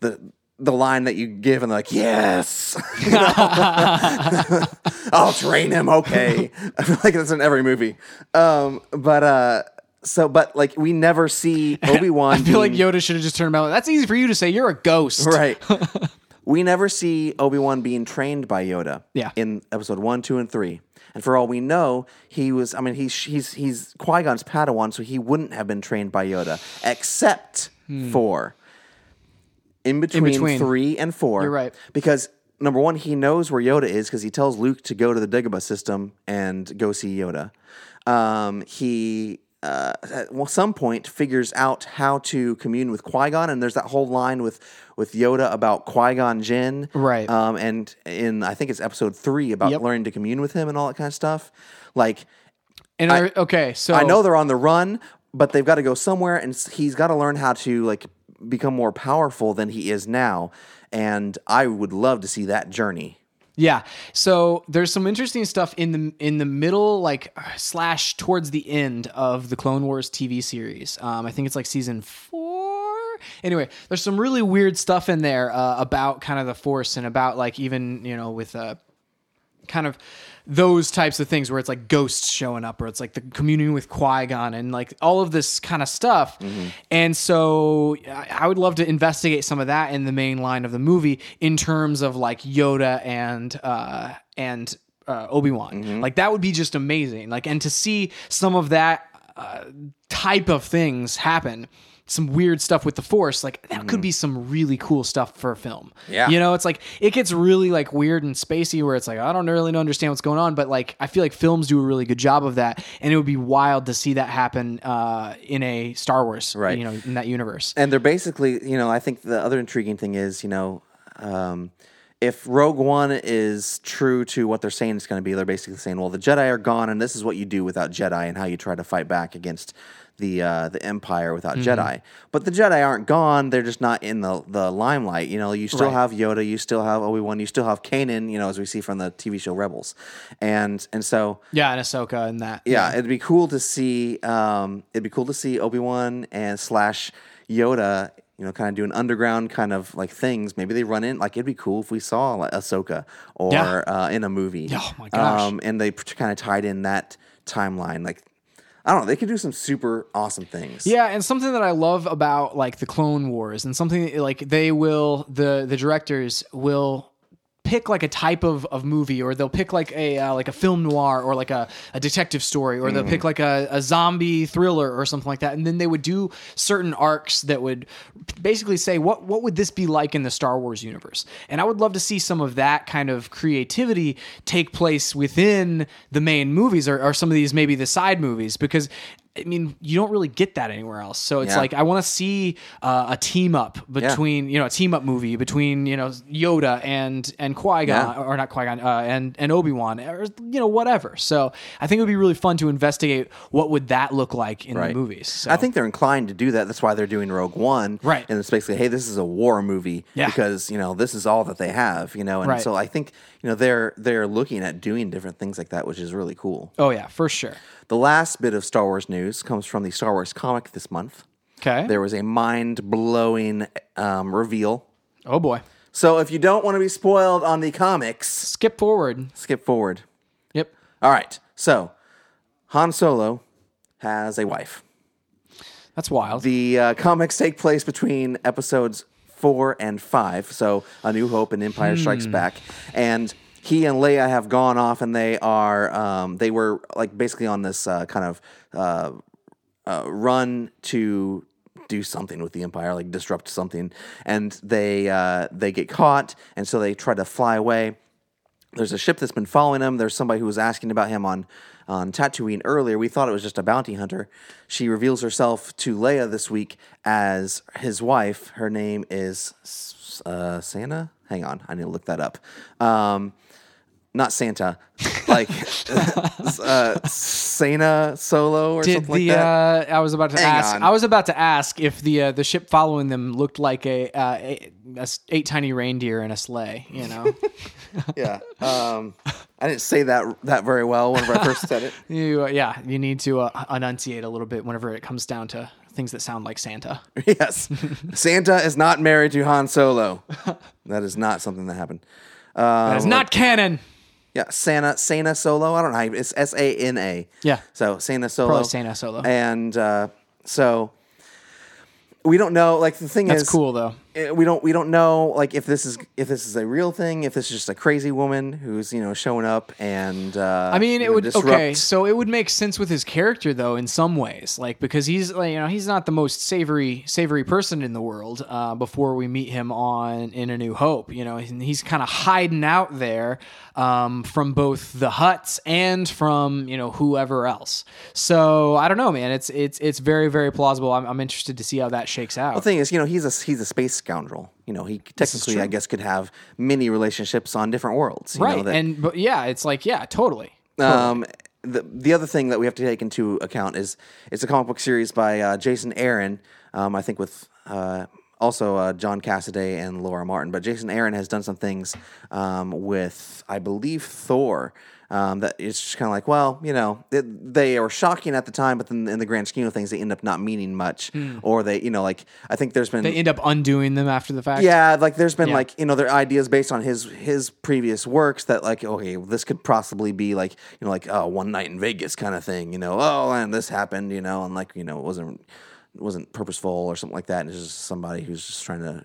B: the the line that you give and like, "Yes, You know? I'll train him." Okay, I feel like that's in every movie. Um, but uh, so but like we never see Obi Wan.
A: I feel like Yoda should have just turned around. That's easy for you to say. You're a ghost.
B: Right. we never see Obi Wan being trained by Yoda.
A: Yeah.
B: In episode one, two, and three, and for all we know, he was. I mean, he's he's he's Qui Gon's Padawan, so he wouldn't have been trained by Yoda, except for in between,
A: Hmm. between.
B: three and four.
A: You're right.
B: Because number one, he knows where Yoda is because he tells Luke to go to the Dagobah system and go see Yoda. Um, he uh, at one- some point figures out how to commune with Qui Gon, and there's that whole line with with Yoda about Qui Gon Jinn,
A: Right.
B: Um, and in I think it's episode three about
A: Yep.
B: learning to commune with him and all that kind of stuff. Like
A: And I- okay, so
B: I know they're on the run, but they've got to go somewhere, and s- he's got to learn how to like become more powerful than he is now. And I would love to see that journey.
A: Yeah. So there's some interesting stuff in the in the middle, like slash towards the end of the Clone Wars TV series. Um, I think it's like season four. Anyway, there's some really weird stuff in there uh, about kind of the force and about like even you know with uh, kind of those types of things where it's like ghosts showing up or it's like the communion with Qui-Gon and like all of this kind of stuff. And so I I would love to investigate some of that in the main line of the movie in terms of like Yoda and uh and uh, Obi-Wan. Like that would be just amazing. Like and to see some of that uh, type of things happen some weird stuff with the force like that could be some really cool stuff for a film
B: Mm-hmm. Yeah.
A: you know it's like it gets really like weird and spacey where it's like i don't really understand what's going on but like i feel like films do a really good job of that and it would be wild to see that happen uh, in a star wars
B: Right.
A: you know in that universe
B: and they're basically, you know, I think the other intriguing thing is, you know, um, if Rogue One is true to what they're saying it's going to be, they're basically saying, well, the Jedi are gone, and this is what you do without Jedi, and how you try to fight back against the uh, the Empire without Jedi. But the Jedi aren't gone; they're just not in the the limelight. You know, you still
A: Right.
B: have Yoda, you still have Obi Wan, you still have Kanan. You know, as we see from the TV show Rebels, and and so
A: yeah and ahsoka and that
B: yeah, it'd be cool to see. Um, it'd be cool to see Obi Wan and slash Yoda. You know, kind of doing underground kind of like things. Maybe they run in. Like it'd be cool if we saw like Ahsoka or
A: Yeah.
B: uh, in a movie. Um,
A: Oh, my gosh.
B: and they kind of tied in that timeline. Like I don't know. They could do some super awesome things.
A: Yeah, and something that I love about like the Clone Wars and something that, like they will the the directors will pick like a type of, of movie or they'll pick like a uh, like a film noir or like a, a detective story or they'll pick like a, a zombie thriller or something like that and then they would do certain arcs that would basically say what what would this be like in the Star Wars universe and I would love to see some of that kind of creativity take place within the main movies or, or some of these maybe the side movies because I mean, you don't really get that anywhere else. So it's
B: Yeah.
A: like I want to see uh, a team up between you know a team up movie between you know Yoda and and Qui Gon
B: Yeah.
A: or not Qui Gon uh, and and Obi Wan or you know whatever. So I think it would be really fun to investigate what would that look like in the
B: Right.
A: movies. So.
B: I think they're inclined to do that. That's why they're doing Rogue One.
A: Right.
B: And it's basically, hey, this is a war movie
A: Yeah.
B: because, you know, this is all that they have, you know. And
A: Right.
B: so I think, you know, they're they're looking at doing different things like that, which is really cool.
A: Oh yeah, for sure.
B: The last bit of Star Wars news comes from the Star Wars comic this month.
A: Okay.
B: There was a mind-blowing um, reveal.
A: Oh boy.
B: So if you don't want to be spoiled on the comics,
A: Skip forward.
B: skip forward.
A: Yep.
B: All right. So Han Solo has a wife.
A: That's wild.
B: The uh, comics take place between episodes four and five, so A New Hope and Empire Strikes Back, and he and Leia have gone off, and they are um, they were like basically on this uh, kind of uh, uh, run to do something with the Empire, like disrupt something, and they uh, they get caught, and so they try to fly away there's a ship that's been following him. There's somebody who was asking about him on on Tatooine earlier. We thought it was just a bounty hunter. She reveals herself to Leia this week as his wife. Her name is S- uh, Santa. Hang on, I need to look that up. Um, not Santa, like uh, Sana Solo or
A: Did
B: something like
A: the
B: that.
A: uh, I was about to
B: Hang
A: ask
B: on.
A: I was about to ask if the uh, the ship following them looked like a, uh, a, a s- eight tiny reindeer in a sleigh, you know. uh,
B: yeah, um, I didn't say that that very well whenever I first said it.
A: You, uh, yeah, you need to uh, enunciate a little bit whenever it comes down to things that sound like Santa.
B: Yes. Santa is not married to Han Solo. That is not something that happened. Uh,
A: That's not canon.
B: yeah, Santa Santa Solo. I don't know. How you, it's S A N A.
A: Yeah.
B: So Santa Solo.
A: Probably Santa Solo.
B: And uh, so we don't know. Like the thing
A: That's
B: is,
A: cool though.
B: uh, we don't we don't know like if this is if this is a real thing. If this is just a crazy woman who's you know showing up and uh,
A: I mean,
B: you
A: it
B: know,
A: would
B: disrupt-
A: okay. So it would make sense with his character though, in some ways, like because he's like, you know he's not the most savory savory person in the world. Uh, before we meet him on in A New Hope, you know, and he's kind of hiding out there um, from both the Huts and from you know whoever else. So I don't know, man. It's it's it's very very plausible. I'm, I'm interested to see how that shakes out.
B: The thing is, you know, he's a he's a space scoundrel. You know, he technically, I guess, could have many relationships on different worlds. You
A: right
B: Know, that,
A: and but yeah it's like yeah totally
B: Um, the the other thing that we have to take into account is it's a comic book series by uh, Jason Aaron. Um, I think with uh, also uh, John Cassaday and Laura Martin, but Jason Aaron has done some things um, with I believe Thor. Um, that it's just kind of like, well, you know, it, they are shocking at the time, but then in the grand scheme of things, they end up not meaning much, or they, you know, like I think there's been
A: They end up undoing them after the fact.
B: yeah, like there's been like you know their ideas based on his his previous works that like okay well, this could possibly be like you know like oh one night in Vegas kind of thing you know oh and this happened you know and like you know it wasn't it wasn't purposeful or something like that and it's just somebody who's just trying to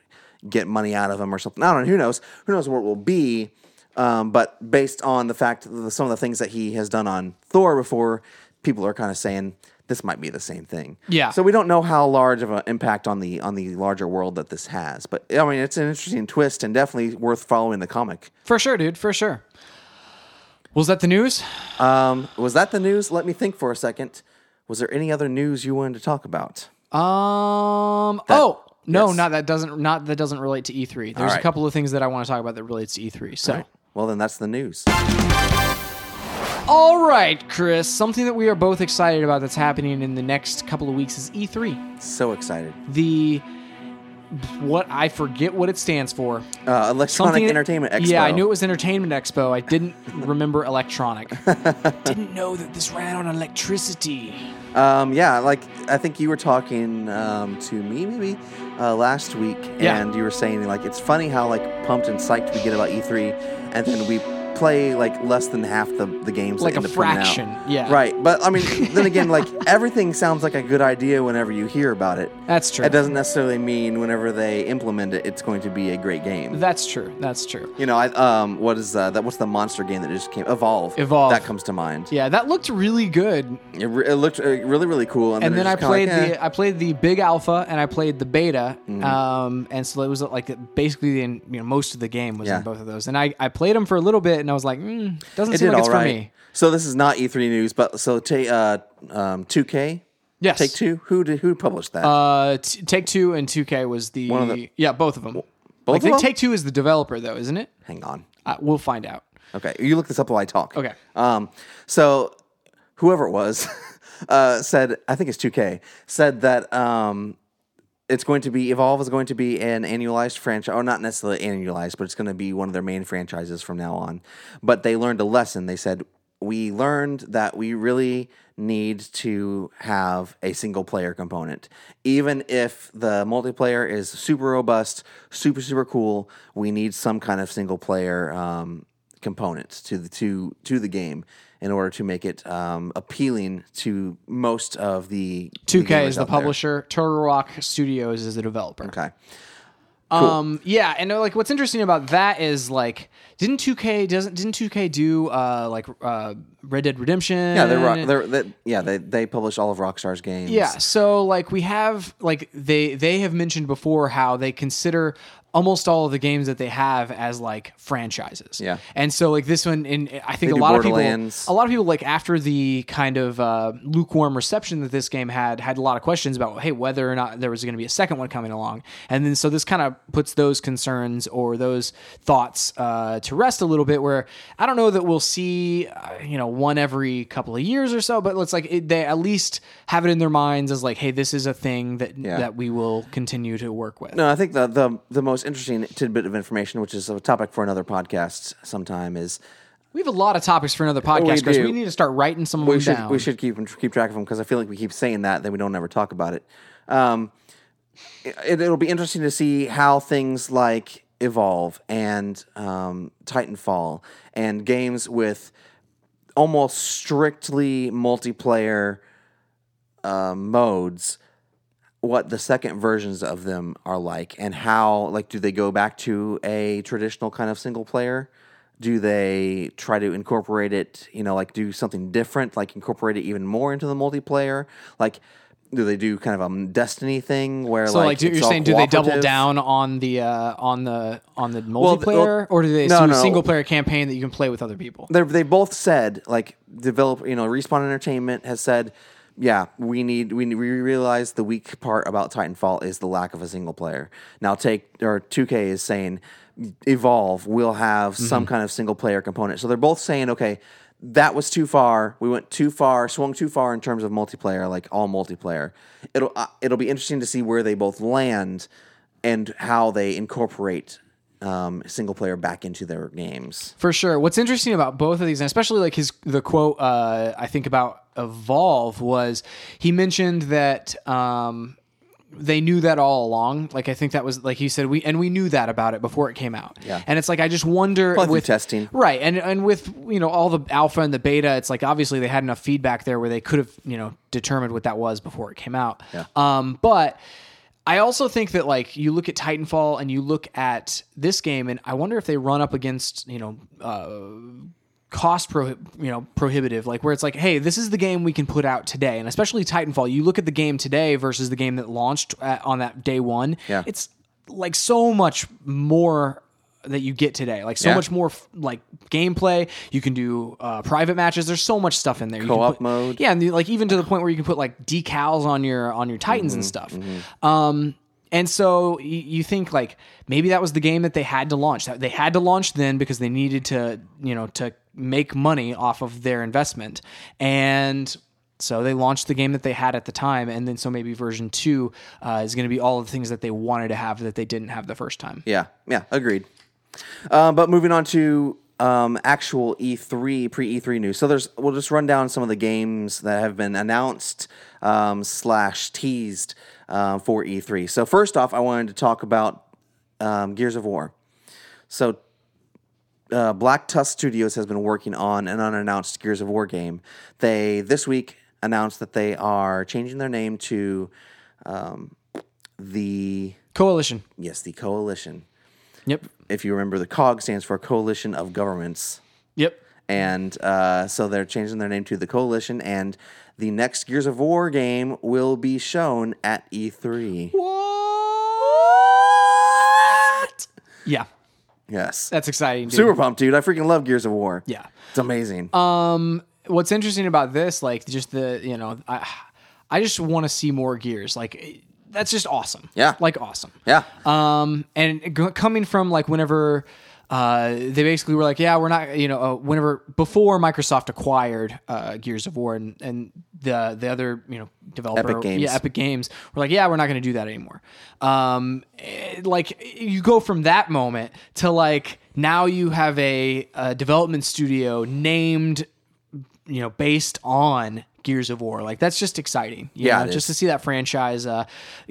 B: get money out of him or something I don't know who knows who knows what it will be um, but based on the fact that some of the things that he has done on Thor before people are kind of saying. This might be the same thing.
A: Yeah.
B: So we don't know how large of an impact on the on the larger world that this has, but I mean it's an interesting twist and definitely worth following the comic.
A: For sure, dude. For sure. Was that the news?
B: Um, was that the news? Let me think for a second. Was there any other news you wanted to talk about?
A: Um. oh no,
B: yes.
A: not that doesn't not that doesn't relate to E3. There's a
B: right.
A: couple of things that I want to talk about that relates to E3. So.
B: Well, then that's the news.
A: All right, Chris. Something that we are both excited about that's happening in the next couple of weeks is E3.
B: So excited.
A: The what I forget what it stands for.
B: Uh, Electronic
A: Something that-
B: Entertainment Expo.
A: Yeah, I knew it was Entertainment Expo. I didn't remember electronic. didn't know that this ran on electricity.
B: Um, yeah, like I think you were talking um, to me maybe uh, last week,
A: Yeah.
B: and you were saying like it's funny how like pumped and psyched we get about E3, and then we play like less than half the the games. that
A: Like a
B: end up coming out.
A: fraction, yeah.
B: Right, but I mean, then again, like everything sounds like a good idea whenever you hear about it.
A: That's true.
B: It doesn't necessarily mean whenever they implement it, it's going to be a great game.
A: That's true. That's true.
B: you know, I um, what is uh, that? What's the monster game that just came? Evolve.
A: Evolve.
B: That comes to mind.
A: Yeah, that looked really good.
B: It, re- it looked uh, really, really cool. And,
A: And
B: it
A: then I
B: was just kinda
A: played
B: like, eh. Mm-hmm.
A: the I played the big alpha and I played the beta. Um, and so it was like basically the you know most of the game was
B: Yeah.
A: in both of those. And I I played them for a little bit and I was like, mm, doesn't seem like it's for me.
B: So this is not E3 news, but so ta- uh, um, 2K,
A: Yes.
B: Take Two. Who did, who published that?
A: Uh, t- Take Two and Two K was the,
B: of the-
A: yeah both of them.
B: both
A: I
B: of
A: think
B: them?
A: Take Two is the developer though, isn't it?
B: Hang on.
A: Uh, we'll find out.
B: Okay, you look this up while I talk.
A: Okay.
B: Um, so whoever it was uh, said, I think it's 2K, said that um, it's going to be Evolve is going to be an annualized franchise, or not necessarily annualized, but it's going to be one of their main franchises from now on. But they learned a lesson. They said we learned that we really need to have a single player component, even if the multiplayer is super robust, super super cool. We need some kind of single player um, component to the to to the game in order to make it um, appealing to most of the the
A: Two K
B: gamers
A: is the
B: out there.
A: publisher. Turtle Rock Studios is the developer.
B: Okay.
A: Um, yeah, and uh, like what's interesting about that is like didn't 2K doesn't didn't 2K do uh like uh Red Dead Redemption?
B: Yeah, they're, rock, they're, they yeah they they publish all of Rockstar's games.
A: yeah, so like we have like they they have mentioned before how they consider almost all of the games that they have as like franchises.
B: Yeah.
A: And so like this one in I think a
B: do
A: lot of people
B: Borderlands.
A: a lot of people like after the kind of uh, lukewarm reception that this game had had a lot of questions about hey whether or not there was going to be a second one coming along and then so this kind of puts those concerns or those thoughts uh, to rest a little bit where i don't know that we'll see uh, you know one every couple of years or so but it's like it, they at least have it in their minds as like hey this is a thing that that we will continue to work with
B: No, I think the, the the most interesting tidbit of information, which is a topic for another podcast sometime, is
A: we have a lot of topics for another podcast
B: Oh, We
A: chris
B: do.
A: we need to start writing some of
B: we
A: them
B: should
A: down
B: we should keep keep track of them because I feel like we keep saying that, then we don't ever talk about it. Um, it, it'll be interesting to see how things like evolve and um, Titanfall and games with almost strictly multiplayer uh, modes what the second versions of them are like and how like do they go back to a traditional kind of single player do they try to incorporate it you know like do something different like incorporate it even more into the multiplayer like do they do kind of a destiny thing where
A: So like,
B: like
A: do
B: it's
A: you're
B: all
A: saying, do they double
B: cooperative?
A: down on the uh, on the on the
B: th-
A: multiplayer,
B: well, oh,
A: or do they
B: no,
A: do
B: no.
A: a single player campaign that you can play with other people?
B: they they both said like develop you know respawn entertainment has said yeah we need we we realize the weak part about titanfall is the lack of a single player now take or 2k is saying evolve will have some kind of single player component so they're both saying okay that was too far we went too far swung too far in terms of multiplayer like all multiplayer it'll uh, it'll be interesting to see where they both land and how they incorporate um, single player back into their games.
A: For sure. What's interesting about both of these, and especially like his the quote uh, I think about Evolve was he mentioned that um, they knew that all along. Like I think that was like he said we and we knew that about it before it came out.
B: Yeah.
A: And it's like I just wonder
B: Probably through
A: with
B: testing.
A: right? And and with you know all the alpha and the beta, it's like obviously they had enough feedback there where they could have you know determined what that was before it came out.
B: Yeah.
A: Um, but I also think that like you look at Titanfall and you look at this game, and I wonder if they run up against you know cost pro you know prohibitive like where it's like hey this is the game we can put out today and especially titanfall you look at the game today versus the game that launched uh on that day one
B: Yeah.
A: it's like so much more that you get today like so
B: Yeah.
A: much more f- like gameplay you can do uh, private matches there's so much stuff in there You can
B: Co-op
A: put-
B: mode.
A: yeah and the, like even to the point where you can put like decals on your on your titans
B: Mm-hmm,
A: and stuff um and so y- you think like maybe that was the game that they had to launch. That They had to launch then because they needed to, you know, to make money off of their investment. And so they launched the game that they had at the time. And then so maybe version two uh, is going to be all of the things that they wanted to have that they didn't have the first time.
B: Yeah, yeah, agreed. Um, but moving on to um, actual E3 pre E3 news. So there's we'll just run down some of the games that have been announced um, slash teased uh, for E3. So first off, I wanted to talk about um, Gears of War. So uh, Black Tusk Studios has been working on an unannounced Gears of War game. They this week announced that they are changing their name to um, the
A: Coalition.
B: yes the Coalition
A: Yep.
B: if you remember, the COG stands for Coalition of Governments.
A: Yep.
B: And uh, so they're changing their name to the Coalition, and the next Gears of War game will be shown at E E3.
A: What? Yeah.
B: Yes.
A: That's exciting. Dude.
B: Super pumped, dude. I freaking love Gears of War.
A: Yeah. Um,
B: It's amazing.
A: what's interesting about this, like just the you know, I I just want to see more gears. Like it- that's just awesome.
B: Yeah.
A: like awesome.
B: yeah.
A: Um, and g- coming from like whenever. Uh, they basically were like, yeah, we're not, you know, uh, whenever before Microsoft acquired uh, Gears of War and, and the the other, you know, developer,
B: Epic Games.
A: yeah, Epic Games, we're like, yeah, we're not going to do that anymore. Um, eh, like you go from that moment to like now you have a, a development studio named you know based on Gears of War. Like that's just exciting. you
B: Yeah,
A: know,
B: it
A: just
B: is.
A: to see that franchise uh,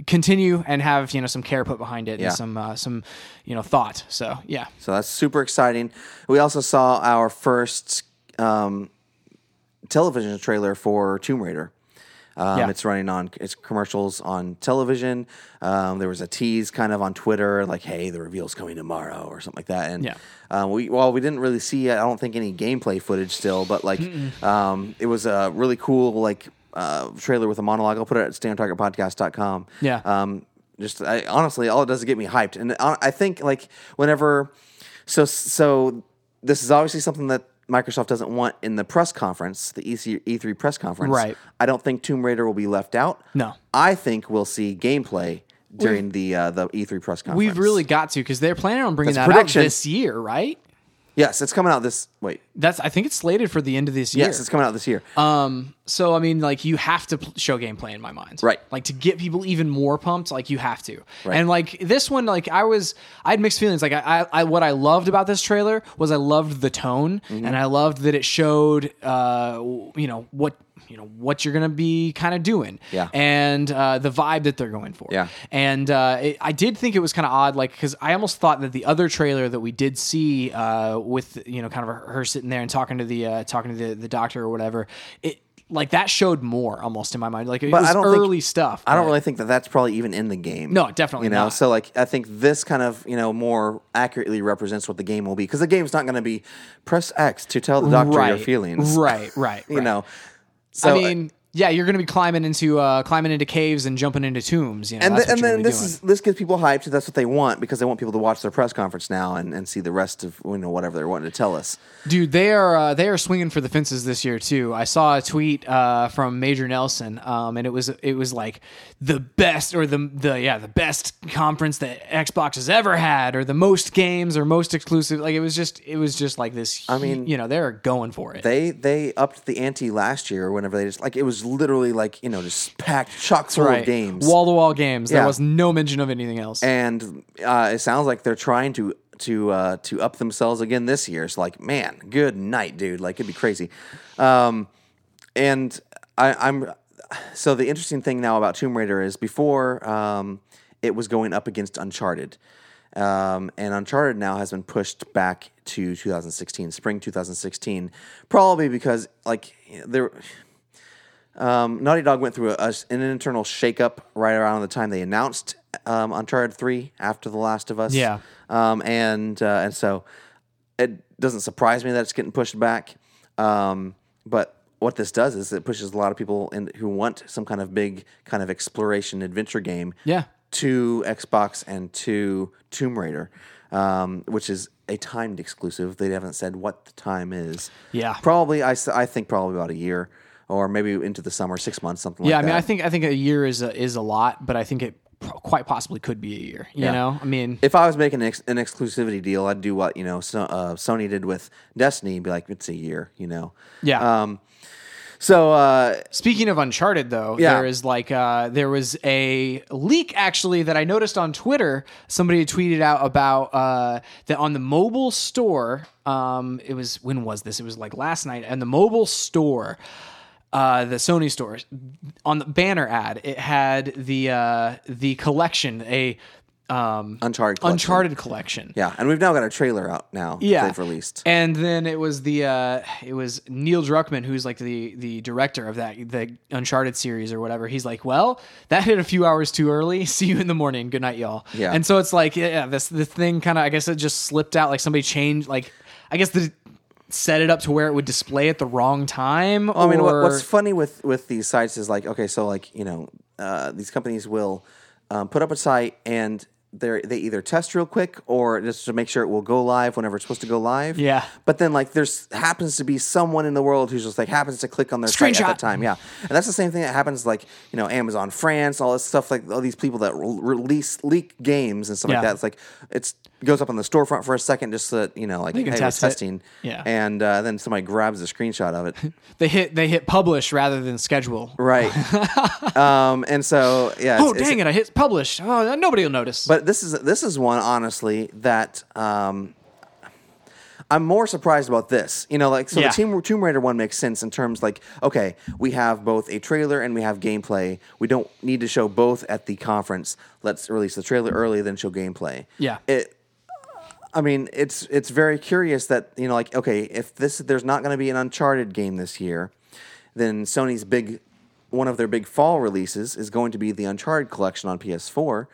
A: continue and have you know some care put behind it
B: Yeah.
A: and some uh, some you know thought. So yeah,
B: So that's super exciting. We also saw our first um, television trailer for Tomb Raider. Um,
A: Yeah.
B: It's running on it's commercials on television. Um, there was a tease kind of on Twitter, like "Hey, the reveal's coming tomorrow" or something like that. And
A: Yeah.
B: um, we well, we didn't really see, I don't think, any gameplay footage still, but like um, it was a really cool like uh, trailer with a monologue. I'll put it at standontargetpodcast.com.
A: Yeah.
B: Um, just I, honestly, all it does is get me hyped, and uh, I I think like whenever, so so this is obviously something that Microsoft doesn't want in the press conference, the E EC, E3 press conference.
A: Right.
B: I don't think Tomb Raider will be left out.
A: No.
B: I think we'll see gameplay during the uh, the E3 press conference.
A: we've really got to because they're planning on bringing
B: That's a
A: that out
B: prediction.
A: this year, right?
B: yes, it's coming out this wait.
A: That's I think it's slated for the end of this year.
B: Yes, it's coming out this year.
A: Um, so I mean, like you have to pl- show gameplay in my mind,
B: Right.
A: Like to get people even more pumped, like you have to. And like this one, like I was, I had mixed feelings. Like I, I, I what I loved about this trailer was I loved the tone,
B: Mm-hmm.
A: and I loved that it showed, uh, w- you know what, you know what you're gonna be kind of doing,
B: Yeah.
A: and uh, the vibe that they're going for,
B: Yeah.
A: and uh, it, I did think it was kind of odd, like because I almost thought that the other trailer that we did see uh, with you know kind of her sitting there and talking to the uh, talking to the, the doctor or whatever, it like that showed more almost in my mind. Like it was
B: I don't think-
A: early stuff.
B: I don't
A: but-
B: really think that that's probably even in the game.
A: No, definitely
B: You know,
A: not.
B: so like I think this kind of you know more accurately represents what the game will be because the game's not going to be press X to tell the doctor your feelings.
A: Right, right.
B: You
A: right.
B: know, so uh,
A: I mean, yeah, you're gonna be climbing into uh, climbing into caves and jumping into tombs. You know,
B: and,
A: that's
B: th- and
A: what you're
B: then
A: gonna be
B: this
A: doing.
B: is this gets people hyped. That's what they want because they want people to watch their press conference now and, and see the rest of you know whatever they're wanting to tell us.
A: Dude, they are uh, they are swinging for the fences this year too. I saw a tweet uh, from Major Nelson, um, and it was it was like the best or the the yeah the best conference that Xbox has ever had, or the most games or most exclusive. Like it was just it was just like this. I
B: mean,
A: you know, they're going for it.
B: They they upped the ante last year whenever they just like it was literally like you know just packed chock full of games.
A: wall to wall games.
B: Yeah.
A: There was no mention of anything else.
B: and uh, it sounds like they're trying to to uh, to up themselves again this year. So like, man, good night, dude. Like it'd be crazy. Um, and I, I'm so the interesting thing now about Tomb Raider is before um, it was going up against Uncharted, um, and Uncharted now has been pushed back to 2016, spring 2016, probably because like there. Um, Naughty Dog went through a, a- an internal shakeup right around the time they announced um, Uncharted Three after The Last of Us.
A: Yeah.
B: um, and uh, and so it doesn't surprise me that it's getting pushed back. Um, but what this does is it pushes a lot of people in who want some kind of big kind of exploration adventure game.
A: Yeah.
B: To Xbox and to Tomb Raider, um, which is a timed exclusive. They haven't said what the time is.
A: Yeah.
B: Probably, I, s- I think probably about a year or maybe into the summer, six months, something
A: Yeah, I
B: like that.
A: mean, I think I think a year is a, is a lot, but I think it pro- quite possibly could be a year. You know, I mean,
B: if I was making an, ex- an exclusivity deal, I'd do what, you know, so, uh, Sony did with Destiny, be like, it's a year, you know.
A: yeah.
B: Um, so, uh,
A: Speaking of Uncharted, though,
B: Yeah.
A: there is like uh, there was a leak actually that I noticed on Twitter. Somebody tweeted out about uh, that on the mobile store. Um, it was when was this? It was like last night. And the mobile store, uh, the Sony store, on the banner ad, it had the uh, the collection a um,
B: Uncharted. Collection.
A: Uncharted collection.
B: Yeah, and we've now got a trailer out now. that
A: yeah.
B: they've released.
A: And then it was the uh, it was Neil Druckmann who's like the the director of that the Uncharted series or whatever. He's like, well, that hit a few hours too early. See you in the morning. Good night, y'all.
B: Yeah.
A: And so it's like, yeah, this this thing kind of I guess it just slipped out. Like somebody changed. Like I guess the set it up to where it would display at the wrong time.
B: I mean, what,
A: or-
B: what's funny with with these sites is like, okay, so like you know, uh, these companies will um, put up a site and they they either test real quick or just to make sure it will go live whenever it's supposed to go live.
A: Yeah.
B: But then like there's happens to be someone in the world who's just like happens to click on their site
A: Screenshot.
B: at that time. Yeah. And that's the same thing that happens like you know Amazon France, all this stuff like all these people that re- release leak games and stuff
A: Yeah.
B: like that. It's like it's goes up on the storefront for a second just so that you know like hey,
A: can
B: we're
A: test it.
B: testing.
A: Yeah.
B: And uh, then somebody grabs a screenshot of it.
A: they hit they hit publish rather than schedule.
B: Right. um, and so yeah.
A: Oh
B: it's- it's-
A: dang it! I hit publish. Oh, nobody will notice.
B: But this is this is one honestly that um, I'm more surprised about this. You know, like so
A: Yeah.
B: the Team Tomb Raider one makes sense in terms like okay, we have both a trailer and we have gameplay. We don't need to show both at the conference. Let's release the trailer early, then show gameplay.
A: Yeah.
B: It I mean, it's it's very curious that you know, like, okay, if this there's not going to be an Uncharted game this year, then Sony's big one of their big fall releases is going to be the Uncharted collection on PS4.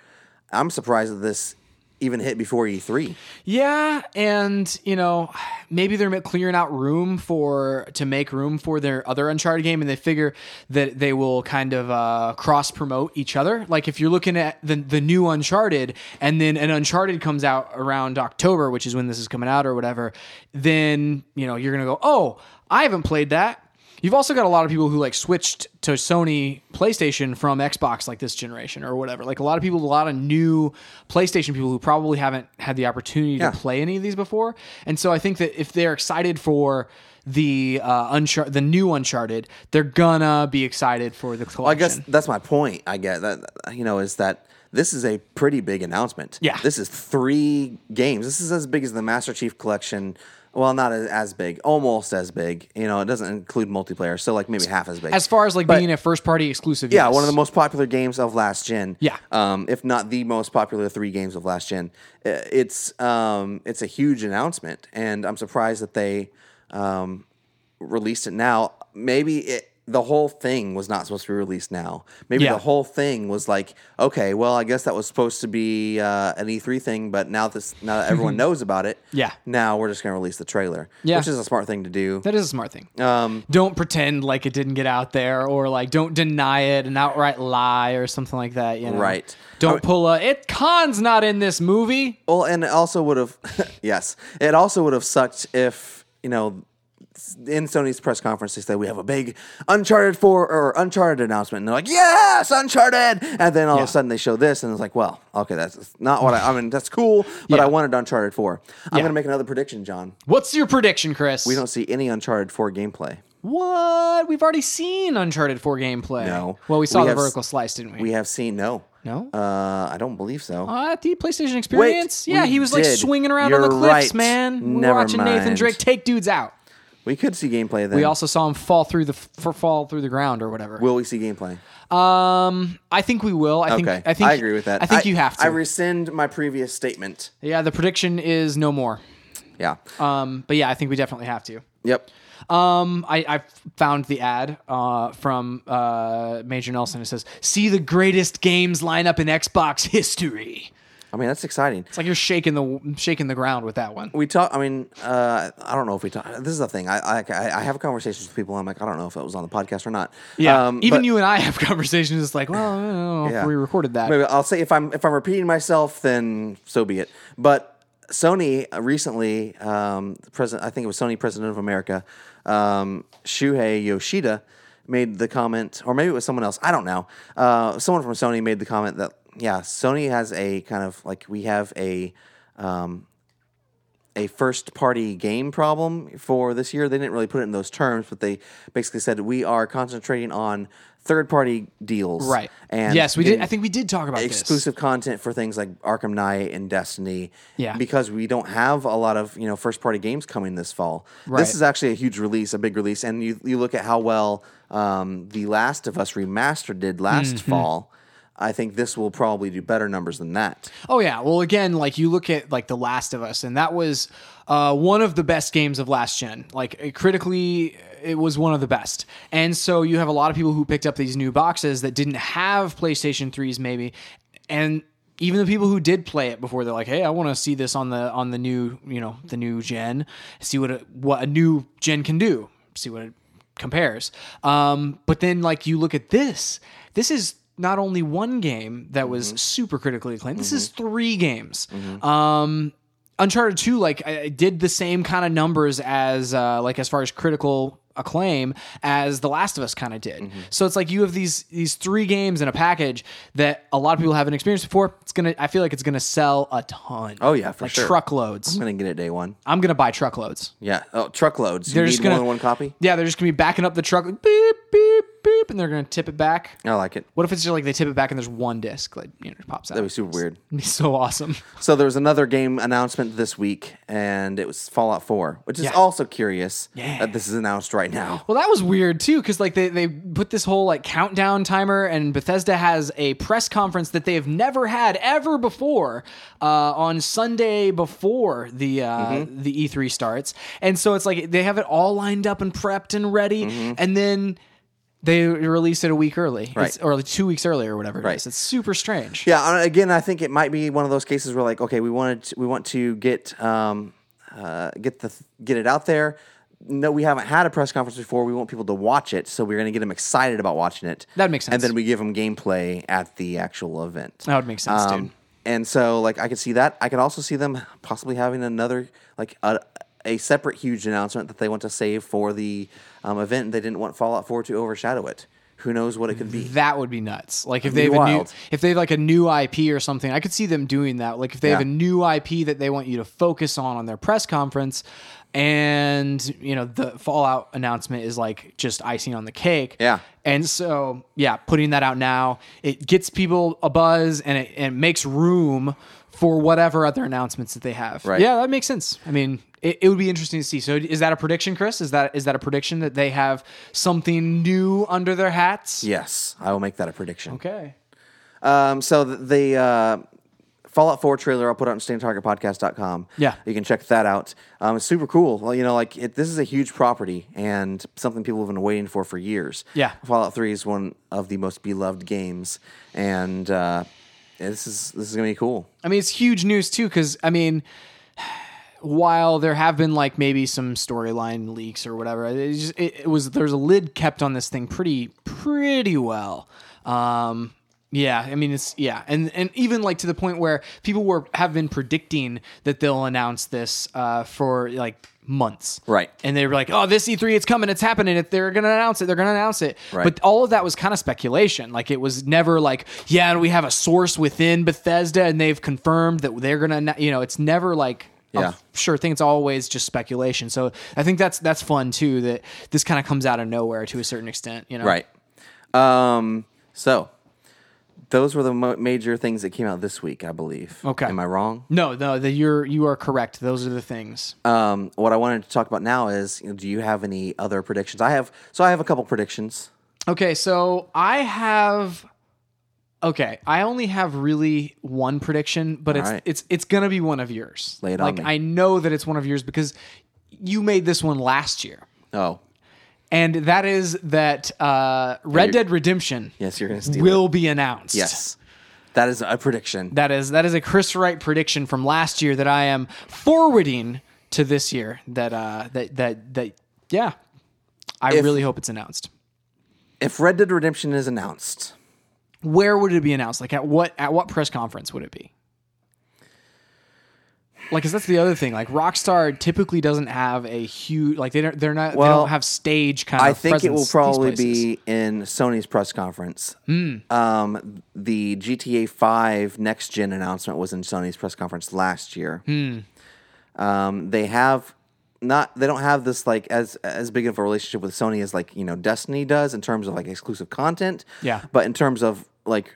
B: I'm surprised that this even hit before E E3.
A: Yeah, and you know, maybe they're clearing out room for to make room for their other Uncharted game, and they figure that they will kind of uh, cross promote each other. Like if you're looking at the the new Uncharted, and then an Uncharted comes out around October, which is when this is coming out or whatever, then you know you're gonna go, oh, I haven't played that. You've also got a lot of people who like switched to Sony PlayStation from Xbox like this generation or whatever. Like a lot of people, a lot of new PlayStation people who probably haven't had the opportunity
B: Yeah.
A: to play any of these before. And so I think that if they're excited for the uh, Unchar- the new Uncharted, they're gonna be excited for the collection.
B: I guess that's my point. I guess that you know is that this is a pretty big announcement.
A: Yeah.
B: this is three games. This is as big as the Master Chief Collection. Well, not as, as big, almost as big. You know, it doesn't include multiplayer, so like maybe half as big.
A: as far as like
B: But-
A: being a first party exclusive.
B: Yeah,
A: yes.
B: one of the most popular games of last gen.
A: Yeah.
B: um, if not the most popular three games of last gen. I- It's um, it's a huge announcement, and I'm surprised that they um, released it now. Maybe it. The whole thing was not supposed to be released now. Maybe
A: Yeah.
B: the whole thing was like, okay, well, I guess that was supposed to be uh, an E3 thing, but now this now that everyone knows about it,
A: Yeah.
B: now we're just gonna release the trailer,
A: Yeah.
B: which is a smart thing to do.
A: That is a smart thing.
B: Um,
A: don't pretend like it didn't get out there, or like don't deny it an outright lie or something like that. You know,
B: Right.
A: Don't pull a it. Khan's not in this movie.
B: Well, and it also would have, yes, it also would have sucked if you know, in Sony's press conference they said we have a big Uncharted four or Uncharted announcement, and they're like, yes, Uncharted, and then all of
A: Yeah.
B: a sudden they show this, and it's like, well, okay, that's not what I. I mean, that's cool, but
A: Yeah.
B: I wanted Uncharted four. I'm
A: Yeah.
B: gonna make another prediction, John.
A: What's your prediction, Chris?
B: We don't see any Uncharted four gameplay.
A: What? We've already seen Uncharted 4 gameplay.
B: No.
A: Well, we saw
B: We
A: the
B: have s-
A: vertical slice, didn't we?
B: We have seen no.
A: No?
B: Uh, I don't believe so.
A: Uh, the PlayStation Experience? yeah,
B: we
A: he was like
B: did.
A: swinging around on the
B: You're
A: cliffs,
B: right.
A: man. We We're
B: Never
A: watching Nathan
B: mind.
A: Drake take dudes out.
B: We could see gameplay then.
A: We also saw him fall through the f- fall through the ground or whatever.
B: Will we see gameplay?
A: Um, I think we will. I
B: Okay,
A: think I think
B: agree with that.
A: I think you have to.
B: I rescind my previous statement.
A: yeah, the prediction is no more.
B: Yeah.
A: Um, but yeah, I think we definitely have to.
B: yep.
A: Um, I, I found the ad uh, from uh, Major Nelson. It says, "See the greatest games lineup in Xbox history."
B: I mean, that's exciting.
A: It's like you're shaking the shaking the ground with that one.
B: We talk. I mean, uh, I don't know if we talk. This is the thing. I, I I have conversations with people. And I'm like, I don't know if that was on the podcast or not.
A: Yeah,
B: Um,
A: even
B: but
A: you and I have conversations. It's like, well, I don't know if
B: Yeah.
A: we recorded that.
B: Maybe I'll say if I'm if I'm repeating myself, then so be it. But Sony uh, recently, um, the president, I think it was Sony president of America, um, Shuhei Yoshida, made the comment, or maybe it was someone else. I don't know. Uh, someone from Sony made the comment that yeah, Sony has a kind of like we have a a first party game problem for this year. They didn't really put it in those terms, but they basically said we are concentrating on third party deals.
A: Right.
B: And
A: yes, we did.
B: getting
A: I think we did talk about this.
B: exclusive content for things like Arkham Knight and Destiny.
A: Yeah.
B: Because we don't have a lot of, you know, first party games coming this fall.
A: Right.
B: This is actually a huge release, a big release. And you, you look at how well um, The Last of Us Remastered did last
A: Mm-hmm.
B: fall. I think this will probably do better numbers than that.
A: Oh yeah. Well, again, like you look at like The Last of Us, and that was uh, one of the best games of last gen. Like it- critically, it was one of the best. And so you have a lot of people who picked up these new boxes that didn't have PlayStation 3s, maybe, and even the people who did play it before, they're like, "Hey, I want to see this on the on the new, you know, the new gen. See what a, what a new gen can do. See what it compares. Um, but then like you look at this, this is not only one game that was
B: Mm-hmm.
A: super critically acclaimed. This is three games. Um, Uncharted Two like I, I did the same kind of numbers as uh, like as far as critical acclaim as The Last of Us kind of did.
B: Mm-hmm.
A: So it's like you have these these three games in a package that a lot of people haven't experienced before. It's gonna I feel like it's gonna sell a ton.
B: Oh, yeah, for
A: like
B: sure.
A: truckloads.
B: I'm going to get it day one.
A: I'm gonna buy truckloads.
B: Yeah. Oh, truckloads. You
A: They're
B: need
A: just gonna
B: more than one copy?
A: Yeah, they're just gonna be backing up the truck, like, beep beep beep, and they're gonna tip it back.
B: I like it.
A: What if it's just like they tip it back and there's one disc like you know it pops out?
B: That was super weird.
A: It'd be so awesome.
B: So there was another game announcement this week, and it was Fallout 4, which is
A: Yeah.
B: also curious
A: Yeah.
B: that this is announced right now.
A: Well, that was weird too, because like they, they put this whole like countdown timer, and Bethesda has a press conference that they have never had ever before uh, on Sunday before the uh, the E3 starts, and so it's like they have it all lined up and prepped and ready, and then they release it a week early, It's- or like two weeks early or whatever. It is.
B: Right.
A: It's super strange.
B: Yeah, I- again, I think it might be one of those cases where like, okay, we wanted to, we want to get um, uh, get the get it out there. No, we haven't had a press conference before. We want people to watch it, so we're going to get them excited about watching it.
A: That makes
B: And
A: sense.
B: then we give them gameplay at the actual event. Um,
A: That would make sense, dude.
B: And so, like, I could see that. I could also see them possibly having another, like, a, a separate huge announcement that they want to save for the um, event. They didn't want Fallout 4 to overshadow it. Who knows what it could be?
A: That would be nuts. Like if they
B: be
A: have a new,
B: wild.
A: if they have like a new IP or something, I could see them doing that. Like if they have
B: Yeah.
A: a new IP that they want you to focus on on their press conference, and you know the Fallout announcement is like just icing on the cake.
B: Yeah.
A: And so yeah, putting that out now it gets people a buzz and it and it makes room for whatever other announcements that they have.
B: Right.
A: Yeah, that makes sense. I mean. It, it would be interesting to see. So, is that a prediction, Chris? Is that is that a prediction that they have something new under their hats?
B: Yes, I will make that a prediction.
A: Okay.
B: Um, so the, the uh, Fallout 4 trailer I'll put out on StayOnTargetPodcast.com.
A: Yeah.
B: You can check that out. Um, it's super cool. Well, you know, like it, this is a huge property and something people have been waiting for for years.
A: Yeah.
B: Fallout 3 is one of the most beloved games. And uh, this is this is going to be cool.
A: I mean, it's huge news too, because I mean, while there have been like maybe some storyline leaks or whatever, it, just, it, it was there's a lid kept on this thing pretty pretty well. Um, yeah, I mean it's yeah, and and even like to the point where people were have been predicting that they'll announce this uh, for like months,
B: Right.
A: And they were like, "Oh, this E3, it's coming, it's happening. If they're gonna announce it, they're gonna announce it."
B: Right.
A: But all of that was kind of speculation. Like it was never like, "Yeah, and we have a source within Bethesda, and they've confirmed that they're gonna." anno-" You know, it's never like a
B: Yeah.
A: sure thing. It's always just speculation. So I think that's that's fun too. That this Oh. kind of comes out of nowhere to a certain extent. You know,
B: Right. Um, so those were the mo- major things that came out this week, I believe.
A: Okay.
B: Am I wrong?
A: No, no, the, you're you are correct. Those are the things.
B: Um, what I wanted to talk about now is, you know, do you have any other predictions? I have, so I have a couple predictions.
A: Okay, so I have Okay, I only have really one prediction, but it's
B: right.
A: it's it's going to be one of yours.
B: Lay it on
A: like
B: me.
A: I know that it's one of yours because you made this one last year.
B: Oh,
A: And that is that uh, Red Dead Redemption
B: yes, you're going to steal. it.
A: will be announced.
B: Yes, that is a prediction.
A: That is that is a Chris Wright prediction from last year that I am forwarding to this year. That uh that that that yeah. I really hope it's announced.
B: If Red Dead Redemption is announced,
A: Where would it be announced? Like at what at what press conference would it be? Like, 'cause that's the other thing. Like, Rockstar typically doesn't have a huge like they don't they're not they
B: Well,
A: don't have stage kind
B: I
A: of.
B: think it
A: presence
B: will
A: these
B: probably
A: places. Hmm.
B: be in Sony's press conference. Um, the GTA Five next gen announcement was in Sony's press conference last year. Um, they have not they don't have this like as as big of a relationship with Sony as like you know Destiny does in terms of like exclusive content.
A: Yeah.
B: but in terms of like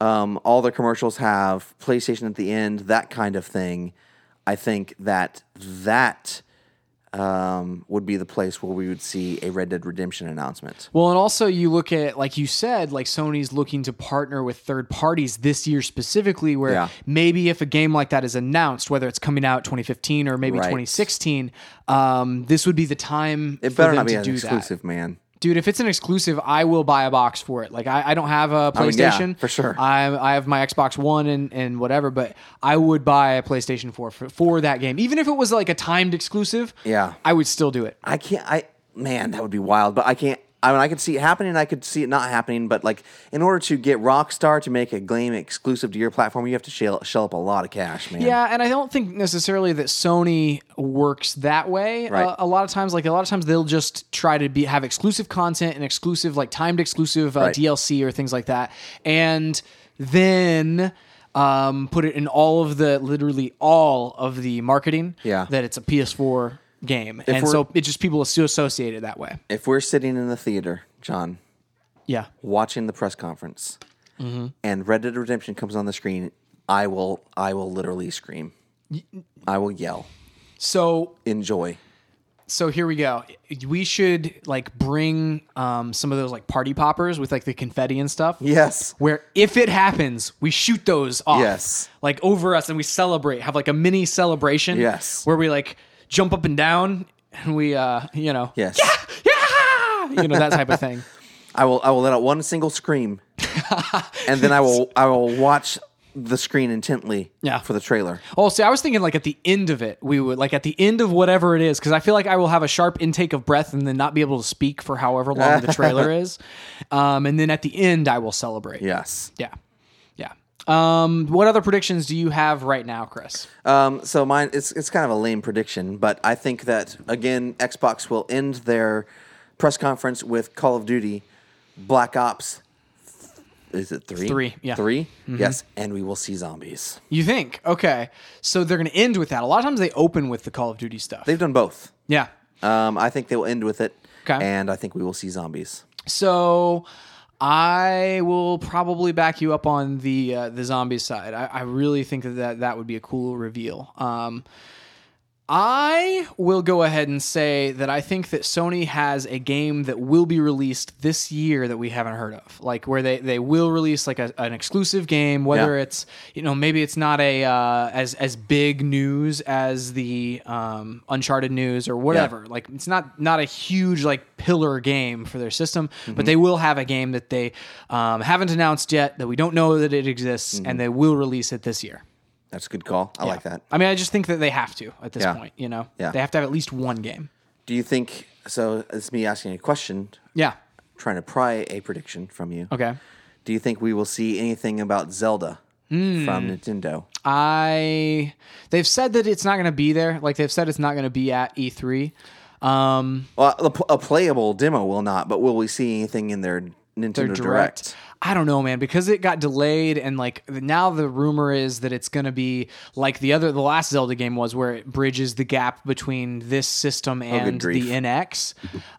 B: um, all their commercials have PlayStation at the end, that kind of thing. I think that that um, would be the place where we would see a Red Dead Redemption announcement.
A: Well, and also you look at like you said, like Sony's looking to partner with third parties this year specifically, where
B: Yeah.
A: maybe if a game like that is announced, whether it's coming out 2015 or maybe
B: Right.
A: 2016, um, this would be the time.
B: It better not be
A: to
B: an
A: do
B: exclusive, man.
A: that, dude. If it's an exclusive, I will buy a box for it. Like I, I don't have a
B: mean, Oh, yeah,
A: PlayStation
B: for sure.
A: I, I have my Xbox One and and whatever, but I would buy a PlayStation 4 for, for that game, even if it was like a timed exclusive.
B: Yeah.
A: I would still do it.
B: I can't. I man, that would be wild. But I can't. I mean, I could see it happening. I could see it not happening. But like, in order to get Rockstar to make a game exclusive to your platform, you have to shell, shell up a lot of cash, man.
A: Yeah, and I don't think necessarily that Sony works that way.
B: Right.
A: Uh, a lot of times, like a lot of times, they'll just try to be have exclusive content and exclusive, like timed exclusive uh,
B: Right.
A: DLC or things like that, and then um, put it in all of the literally all of the marketing.
B: Yeah.
A: that it's a PS4 game, and
B: we're-
A: so it just people still associate it that way.
B: If we're sitting in the theater, John,
A: Yeah,
B: watching the press conference,
A: Mm-hmm.
B: and Red Dead Redemption comes on the screen, I will. I will literally scream. I will yell.
A: so
B: Enjoy.
A: so here we go. We should like bring um, some of those like party poppers with like the confetti and stuff.
B: Yes.
A: where if it happens, we shoot those off.
B: Yes.
A: Like over us and we celebrate, have like a mini celebration.
B: Yes.
A: Where we like jump up and down and we uh, you know.
B: Yes.
A: Yeah! You know, that type of thing.
B: I will I will let out one single scream, and then I will I will watch the screen intently
A: Yeah.
B: for the trailer.
A: Oh, see, I was thinking like at the end of it, we would like at the end of whatever it is, because I feel like I will have a sharp intake of breath and then not be able to speak for however long the trailer is. Um, and then at the end I will celebrate.
B: Yes.
A: Yeah. Yeah. Um, what other predictions do you have right now, Chris?
B: Um, so mine it's it's kind of a lame prediction, but I think that again Xbox will end their press conference with Call of Duty Black Ops. Is it three?
A: Three, yeah. Mm-hmm.
B: 3 Yes, and we will see zombies.
A: You think? Okay. So they're going to end with that. A lot of times they open with the Call of Duty stuff.
B: They've done both.
A: yeah.
B: Um, I think they will end with it,
A: Okay.
B: and I think we will see zombies.
A: So I will probably back you up on the uh, the zombie side. I, I really think that, that that would be a cool reveal. Um, I will go ahead and say that I think that Sony has a game that will be released this year that we haven't heard of. Like where they, they will release like a, an exclusive game, whether
B: Yeah.
A: it's you know maybe it's not a uh, as as big news as the um, Uncharted news or whatever. Like it's not not a huge like pillar game for their system, but they will have a game that they um, haven't announced yet that we don't know that it exists, and they will release it this year.
B: That's a good call. I like that.
A: I mean, I just think that they have to at this
B: Yeah.
A: point. You know,
B: Yeah.
A: they have to have at least one game.
B: Do you think so? It's me asking a question.
A: Yeah.
B: trying to pry a prediction from you.
A: Okay.
B: Do you think we will see anything about Zelda from
A: Hmm.
B: Nintendo?
A: I they've said that it's not going to be there. Like they've said it's not going to be at E E3. Um,
B: Well, a, pl- a playable demo will not, but will we see anything in their Nintendo Direct?
A: direct. I don't know, man, because it got delayed and like now the rumor is that it's going to be like the other the last Zelda game was where
B: Oh,
A: it bridges the gap between this system and the
B: grief.
A: NX.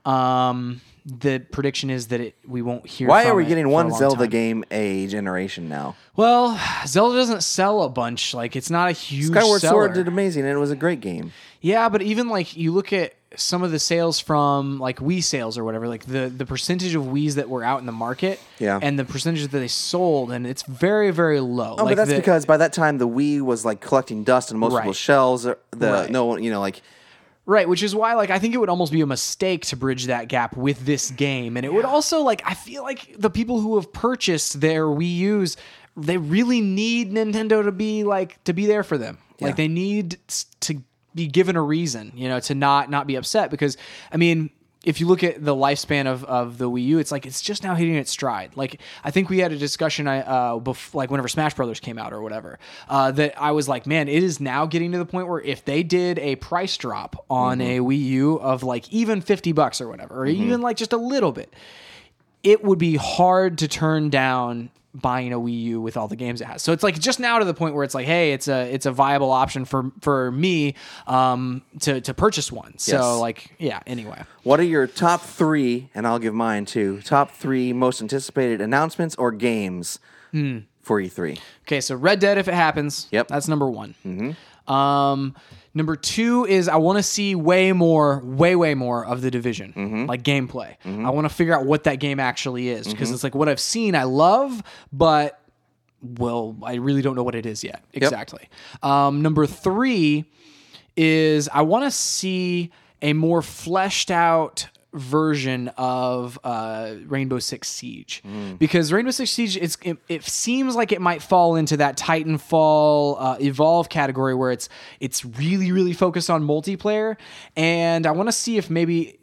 A: Um the prediction is that it, we won't hear.
B: Why are
A: from
B: we
A: it
B: getting
A: for a
B: one
A: long
B: Zelda
A: time.
B: game a generation now?
A: Well, Zelda doesn't sell a bunch. Like it's not a huge
B: Skyward
A: seller.
B: Sword did amazing, and it was a great game.
A: Yeah, but even like you look at some of the sales from like Wii sales or whatever, like the the percentage of Wii's that were out in the market,
B: Yeah.
A: and the percentage that they sold, and it's very very low.
B: Oh,
A: like
B: but that's
A: the-
B: because by that time the Wii was like collecting dust in most
A: Right.
B: people's shelves. or The
A: Right.
B: no one, you know, like
A: right, which is why like I think it would almost be a mistake to bridge that gap with this game, and it would also like I feel like the people who have purchased their Wii U's, they really need Nintendo to be like to be there for them. Like they need s- to be given a reason, you know, to not not be upset because I mean if you look at the lifespan of, of the Wii U, it's like it's just now hitting its stride. Like I think we had a discussion, I uh, bef- like whenever Smash Brothers came out or whatever, uh, that I was like, man, it is now getting to the point where if they did a price drop on a Wii U of like even fifty bucks or whatever, or even like just a little bit, it would be hard to turn down buying a Wii U with all the games it has. So it's like just now to the point where it's like, hey, it's a it's a viable option for for me um, to to purchase one. So
B: Yes.
A: like, yeah. Anyway.
B: what are your top three? And I'll give mine too. Top three most anticipated announcements or games
A: Hmm.
B: for E E3.
A: Okay, so Red Dead if it happens.
B: Yep.
A: That's number one. Um, number two is I want to see way more, way way more of the division, like gameplay. I want to figure out what that game actually is because it's like what I've seen, I love, but well, I really don't know what it is yet exactly. Um, number three is I want to see a more fleshed out version of uh, Rainbow Six Siege because Rainbow Six Siege it's, it, it seems like it might fall into that Titanfall uh, Evolve category where it's it's really really focused on multiplayer and I want to see if maybe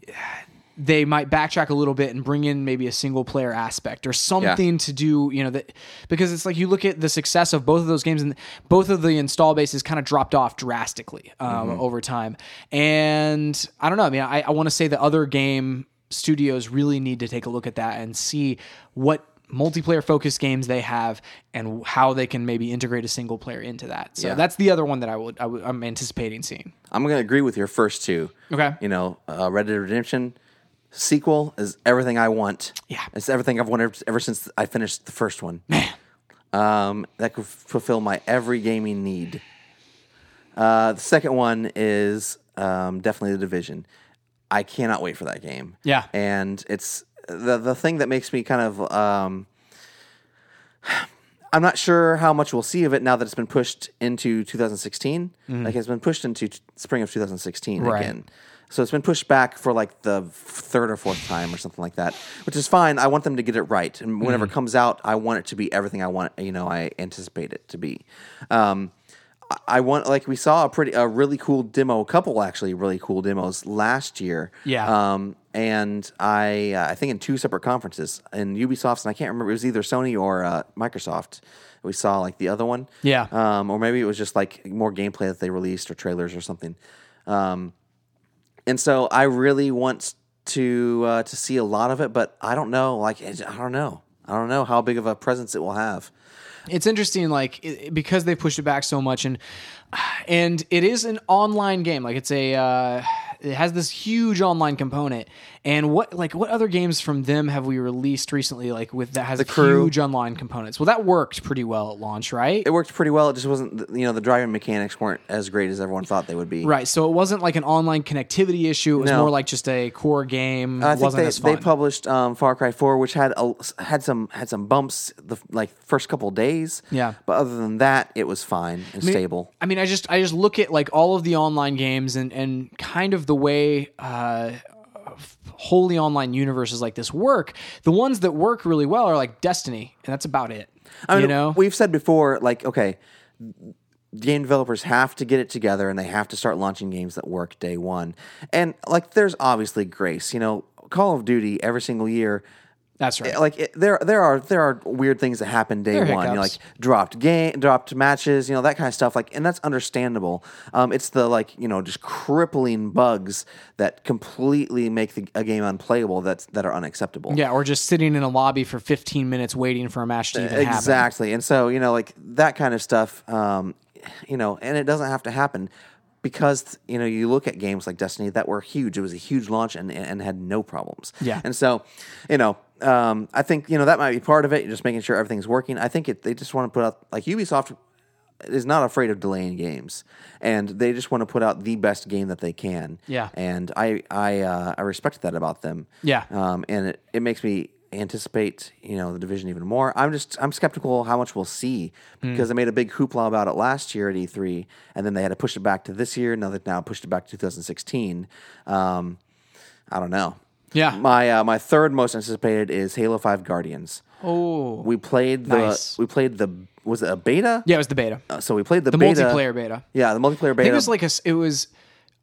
A: they might backtrack a little bit and bring in maybe a single player aspect or something to do, you know, that because it's like you look at the success of both of those games and both of the install bases kind of dropped off drastically um, over time. And I don't know. I mean, I, I want to say the other game studios really need to take a look at that and see what multiplayer focused games they have and how they can maybe integrate a single player into that. So
B: Yeah.
A: that's the other one that I would, I would I'm anticipating seeing.
B: I'm gonna agree with your first two.
A: Okay.
B: You know, uh, Red Dead Redemption sequel is everything I want.
A: Yeah.
B: It's everything I've wanted ever since I finished the first one. Man. Um, that could fulfill my every gaming need. Uh, the second one is um, definitely the division. I cannot wait for that game.
A: Yeah.
B: and it's the the thing that makes me kind of. Um, I'm not sure how much we'll see of it now that it's been pushed into 2016. Like it's been pushed into t- spring of 2016
A: Mm-hmm. Right.
B: again. So it's been pushed back for like the f- third or fourth time or something like that, which is fine. I want them to get it right, and whenever
A: Mm-hmm.
B: it comes out, I want it to be everything I want. You know, I anticipate it to be. Um, I- I want like we saw a pretty a really cool demo, a couple actually really cool demos last year.
A: Yeah.
B: Um, and I, uh, I think in two separate conferences, in Ubisoft's, and I can't remember, it was either Sony or uh, Microsoft. We saw like the other one.
A: Yeah.
B: Um, or maybe it was just like more gameplay that they released or trailers or something. Um, and so I really want to uh, to see a lot of it, but I don't know. Like I don't know. I don't know how big of a presence it will have.
A: it's interesting like it, because they pushed it back so much and and it is an online game like it's a uh, it has this huge online component and what like what other games from them have we released recently like with that has
B: Crew.
A: huge online components well that worked pretty well at launch right
B: It worked pretty well. It just wasn't, you know, the driving mechanics weren't as great as everyone thought they would be.
A: Right, so it wasn't like an online connectivity issue. It was
B: No.
A: more like just a core game.
B: I
A: It wasn't as
B: think they,
A: fun.
B: they published um, Far Cry Four, which had a, had some had some bumps the like first couple days.
A: Yeah.
B: but other than that, it was fine and stable.
A: I mean, I just I just look at like all of the online games and and kind of the way uh, wholly online universes like this work. The ones that work really well are like Destiny, and that's about it.
B: I mean,
A: you know,
B: we've said before, like okay, game developers have to get it together and they have to start launching games that work day one. And like, there's obviously grace. You know, Call of Duty every single year.
A: that's right.
B: like it, there there are there are weird things that happen day
A: There are
B: one you know, like
A: hiccups.
B: dropped game dropped matches you know that kind of stuff like and that's understandable um, it's the like you know just crippling bugs that completely make the, a game unplayable that's that are unacceptable
A: yeah, or just sitting in a lobby for 15 minutes waiting for a match to even happen.
B: exactly and so you know like that kind of stuff um, you know and it doesn't have to happen because you know you look at games like Destiny that were huge. It was a huge launch and and had no problems.
A: Yeah.
B: and so you know. Um, I think you know that might be part of it. Just making sure everything's working. I think it, they just want to put out like Ubisoft is not afraid of delaying games, and they just want to put out the best game that they can.
A: Yeah.
B: and I I uh, I respect that about them.
A: Yeah.
B: um, and it, it makes me anticipate you know the division even more. I'm just I'm skeptical how much we'll see
A: Hmm.
B: because they made a big hoopla about it last year at E3, and then they had to push it back to this year. Now they've now pushed it back to 2016. Um, I don't know.
A: Yeah.
B: my uh, my third most anticipated is Halo Five Guardians.
A: Oh.
B: We played the
A: Nice.
B: we played the was it a beta?
A: Yeah, it was the beta.
B: Uh, So we played the,
A: The
B: beta.
A: multiplayer beta.
B: Yeah, the multiplayer
A: I think
B: beta.
A: it was like a s- it was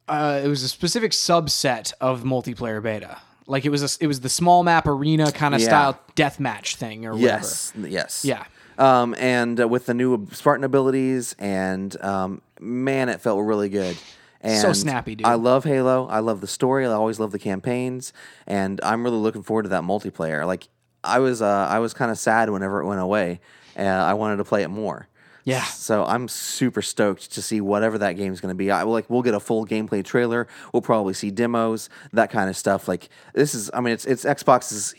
A: uh, it was a specific subset of multiplayer beta. Like it was a, s- it was the small map arena kind of
B: Yeah.
A: style deathmatch thing or whatever.
B: yes, yes,
A: Yeah.
B: Um, and uh, with the new Spartan abilities, and um, man, it felt really good. And
A: So snappy, dude.
B: I love Halo. I love the story. I always love the campaigns, and I'm really looking forward to that multiplayer. Like I was, uh, I was kind of sad whenever it went away. Uh, I wanted to play it more.
A: Yeah.
B: So I'm super stoked to see whatever that game's going to be. I like we'll get a full gameplay trailer. We'll probably see demos, that kind of stuff. Like this is, I mean, it's it's Xbox's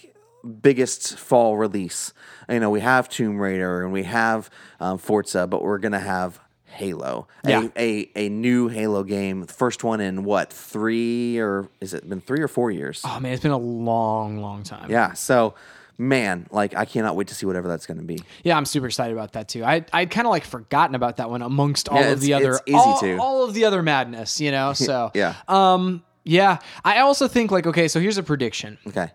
B: biggest fall release. You know, we have Tomb Raider and we have um, Forza, but we're going to have Halo, a-
A: Yeah.
B: a, a new Halo game, first one in what three or is it been three or four years?
A: Oh man, it's been a long, long time.
B: Yeah. So, man, like I cannot wait to see whatever that's going to be.
A: Yeah, I'm super excited about that too. I I kind of like forgotten about that one amongst all
B: Yeah,
A: of
B: it's-
A: the other
B: it's easy
A: all,
B: to.
A: all of the other madness, you know. So
B: Yeah.
A: um, yeah. I also think like okay, so here's a prediction.
B: Okay.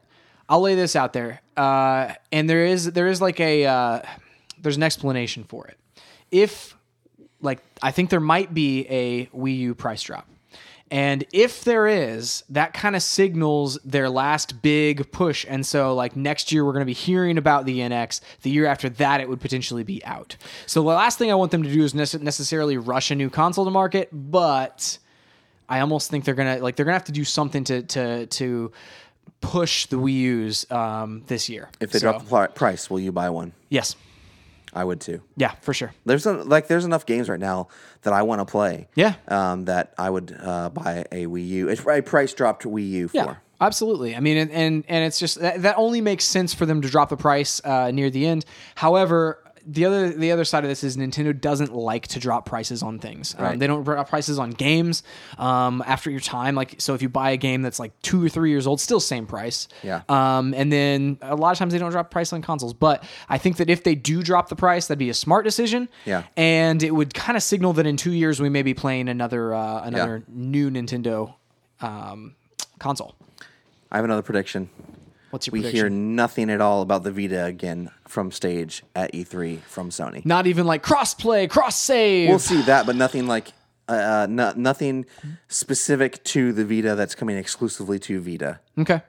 A: I'll lay this out there, uh, and there is there is like a uh, there's an explanation for it. If like I think there might be a Wii U price drop, and if there is, that kind of signals their last big push. And so like next year we're going to be hearing about the NX. The year after that it would potentially be out. So the last thing I want them to do is nece- necessarily rush a new console to market, but. I almost think they're gonna like they're gonna have to do something to to to push the Wii U's um, this year.
B: If they
A: So,
B: drop the pl- price, will you buy one?
A: yes,
B: I would too.
A: yeah, for sure.
B: There's a, like there's enough games right now that I want to play.
A: Yeah.
B: Um, that I would uh, buy a Wii U. It's I price dropped Wii U for.
A: Yeah, absolutely. I mean, and and, and it's just that, that only makes sense for them to drop the price uh, near the end. However. The other the other side of this is Nintendo doesn't like to drop prices on things. Um, they don't drop prices on games um, after your time. Like so, if you buy a game that's like two or three years old, still same price.
B: Yeah.
A: Um, and then a lot of times they don't drop price on consoles. But I think that if they do drop the price, that'd be a smart decision.
B: Yeah.
A: And it would kind of signal that in two years we may be playing another uh, another new Nintendo um, console.
B: I have another prediction.
A: What's your
B: We
A: prediction?
B: hear nothing at all about the Vita again from stage at E3 from Sony.
A: Not even like cross play, cross save.
B: We'll see that, but nothing like uh, uh, no, nothing specific to the Vita that's coming exclusively to Vita.
A: okay.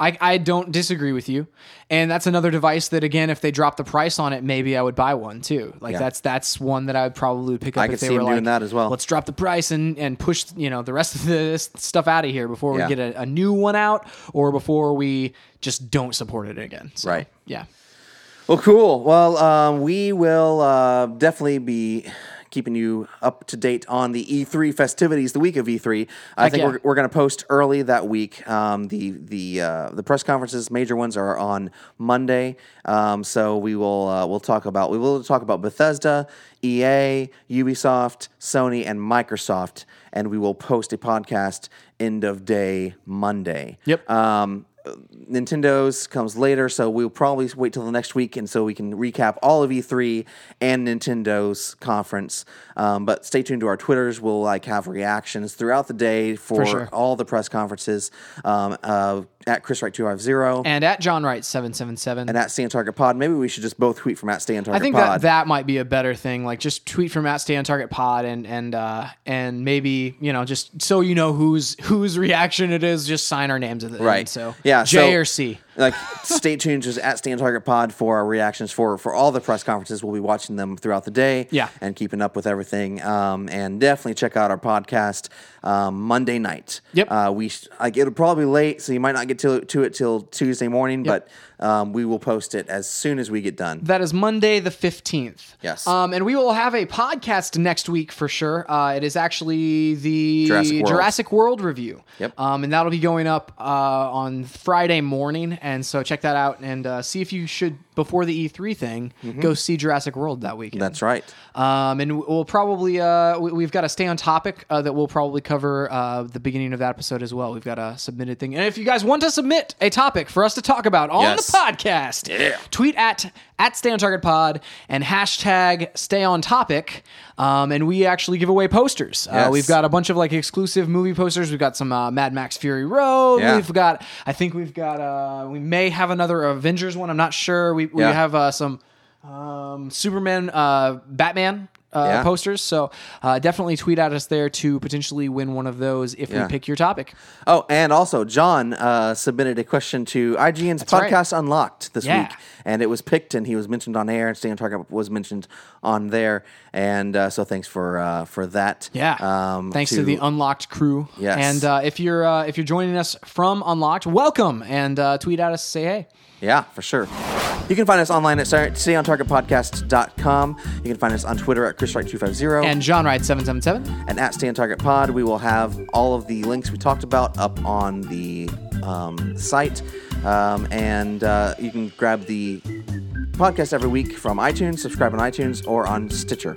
A: I, I don't disagree with you, and that's another device that again, if they drop the price on it, maybe I would buy one too. Like that's that's one that I would probably pick up. if
B: could
A: they
B: see
A: were
B: him doing
A: like,
B: that as well.
A: Let's drop the price and and push you know the rest of this stuff out of here before
B: Yeah.
A: we get a, a new one out, or before we just don't support it again. So,
B: Right.
A: Yeah.
B: Well, cool. Well, um, we will uh, definitely be keeping you up to date on the E3 festivities the week of E3. I think
A: yeah.
B: we're, we're going to post early that week. Um, the the uh, the press conferences, major ones, are on Monday. Um, so we will uh, we'll talk about we will talk about Bethesda, EA, Ubisoft, Sony, and Microsoft, and we will post a podcast end of day Monday.
A: Yep.
B: Um, Nintendo's comes later, so we'll probably wait till the next week, and so we can recap all of E3 and Nintendo's conference. Um, but stay tuned to our Twitters; we'll like have reactions throughout the day for,
A: sure.
B: all the press conferences. Um, uh, at Chris Wright two five zero
A: and at John Wright seven seven seven.
B: and at Stay on Target Pod. Maybe we should just both tweet from at Stay
A: I
B: on Target
A: think
B: Pod.
A: that that might be a better thing. Like just tweet from at Stay on Target Pod and and uh, and maybe you know just so you know whose whose reaction it is. Just sign our names at the
B: Right.
A: end. So
B: Yeah,
A: J
B: so-
A: or C.
B: Like, stay tuned just at Stan Target Pod for our reactions for for all the press conferences. We'll be watching them throughout the day.
A: Yeah.
B: and keeping up with everything. Um, and definitely check out our podcast um, Monday night.
A: Yep.
B: Uh, we sh- like it'll probably be late, so you might not get to to it till Tuesday morning, but um, we will post it as soon as we get done.
A: That is Monday the 15th.
B: Yes.
A: Um, and we will have a podcast next week for sure. Uh, it is actually the
B: Jurassic World.
A: Jurassic World review.
B: Yep.
A: Um, and that'll be going up uh, on Friday morning. And so check that out and uh, see if you should, before the E3 thing,
B: Mm-hmm.
A: go see Jurassic World that weekend.
B: That's right.
A: Um, and we'll probably uh, we, we've got to stay on topic uh, that we'll probably cover uh, the beginning of that episode as well. We've got a submitted thing, and if you guys want to submit a topic for us to talk about on
B: Yes.
A: the podcast, tweet at at Stay on Target Pod and hashtag Stay on Topic, um, and we actually give away posters. Uh,
B: Yes.
A: we've got a bunch of like exclusive movie posters. We've got some uh, Mad Max Fury Road.
B: Yeah.
A: We've got I think we've got uh, we may have another Avengers one. I'm not sure. We we
B: Yeah.
A: have uh, some um, Superman, uh, Batman uh,
B: Yeah.
A: posters. So uh, definitely tweet at us there to potentially win one of those if
B: Yeah.
A: we pick your topic.
B: Oh, and also John uh, submitted a question to IGN's
A: right.
B: podcast Unlocked this
A: Yeah.
B: week, and it was picked, and he was mentioned on air, and Stan Target was mentioned on there, and uh, so thanks for uh, for that.
A: Yeah. Thanks to, the Unlocked crew.
B: Um, Yes.
A: And uh, if you're uh, if you're joining us from Unlocked, welcome and uh, tweet at us. Say hey.
B: Yeah, for sure. You can find us online at stayontargetpodcast.com. You can find us on Twitter at ChrisWright250
A: And John Wright seven seven seven.
B: and at Stay on Target Pod. We will have all of the links we talked about up on the um, site. Um, and uh, you can grab the podcast every week from iTunes, subscribe on iTunes, or on Stitcher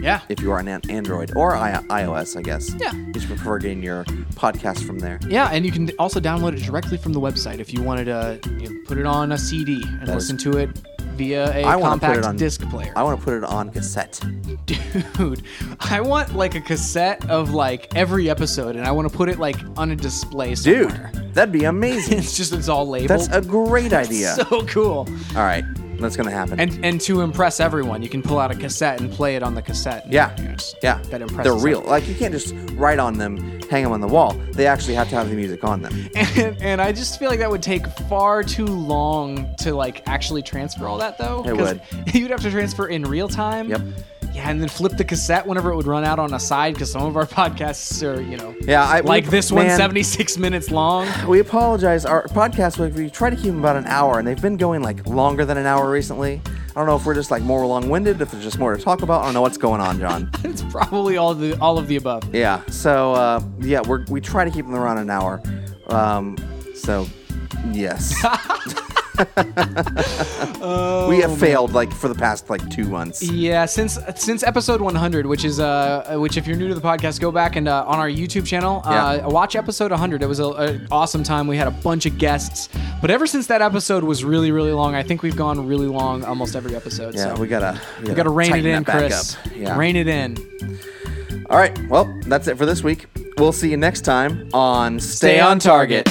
A: Yeah.
B: if you are on an Android or I- iOS, I guess.
A: Yeah.
B: You should prefer getting your podcast from there.
A: Yeah, and you can also download it directly from the website if you wanted to you know, put it on a CD and
B: is-
A: listen to it via a
B: I want to put it
A: compact
B: on
A: disc player.
B: I want to put it on cassette.
A: Dude, I want like a cassette of like every episode, and I want to put it like on a display
B: Dude,
A: somewhere.
B: that'd be amazing.
A: it's just it's all labeled.
B: That's a great idea.
A: so cool.
B: All right, that's gonna happen.
A: And and to impress everyone, you can pull out a cassette and play it on the cassette.
B: yeah,
A: Yes.
B: yeah,
A: That impresses.
B: They're real. Like you can't just write on them, hang them on the wall. They actually have to have the music on them.
A: And, and I just feel like that would take far too long to like actually transfer all that though.
B: It
A: 'cause You'd have to transfer in real time.
B: Yep.
A: Yeah, and then flip the cassette whenever it would run out on a side because some of our podcasts are, you know,
B: Yeah, I
A: like
B: we-
A: this one,
B: man,
A: 76 minutes long.
B: We apologize. Our podcast we- we try to keep them about an hour, and they've been going like longer than an hour recently. I don't know if we're just like more long-winded, if there's just more to talk about. I don't know what's going on, John.
A: It's probably all the all of the above.
B: yeah. So uh, yeah, we we try to keep them around an hour. Um, so yes. Oh, we have failed like for the past like two months.
A: Yeah, since since episode 100, which is uh, which if you're new to the podcast, go back and uh, on our YouTube channel, uh,
B: Yeah.
A: watch episode 100. It was a- an awesome time. We had a bunch of guests, but ever since that episode was really really long, I think we've gone really long almost every episode.
B: Yeah,
A: so
B: we gotta we gotta,
A: we got to rein it
B: tighten
A: in,
B: that back
A: Chris.
B: up. Yeah.
A: Rein it in.
B: All right. Well, that's it for this week. We'll see you next time on Stay, on target.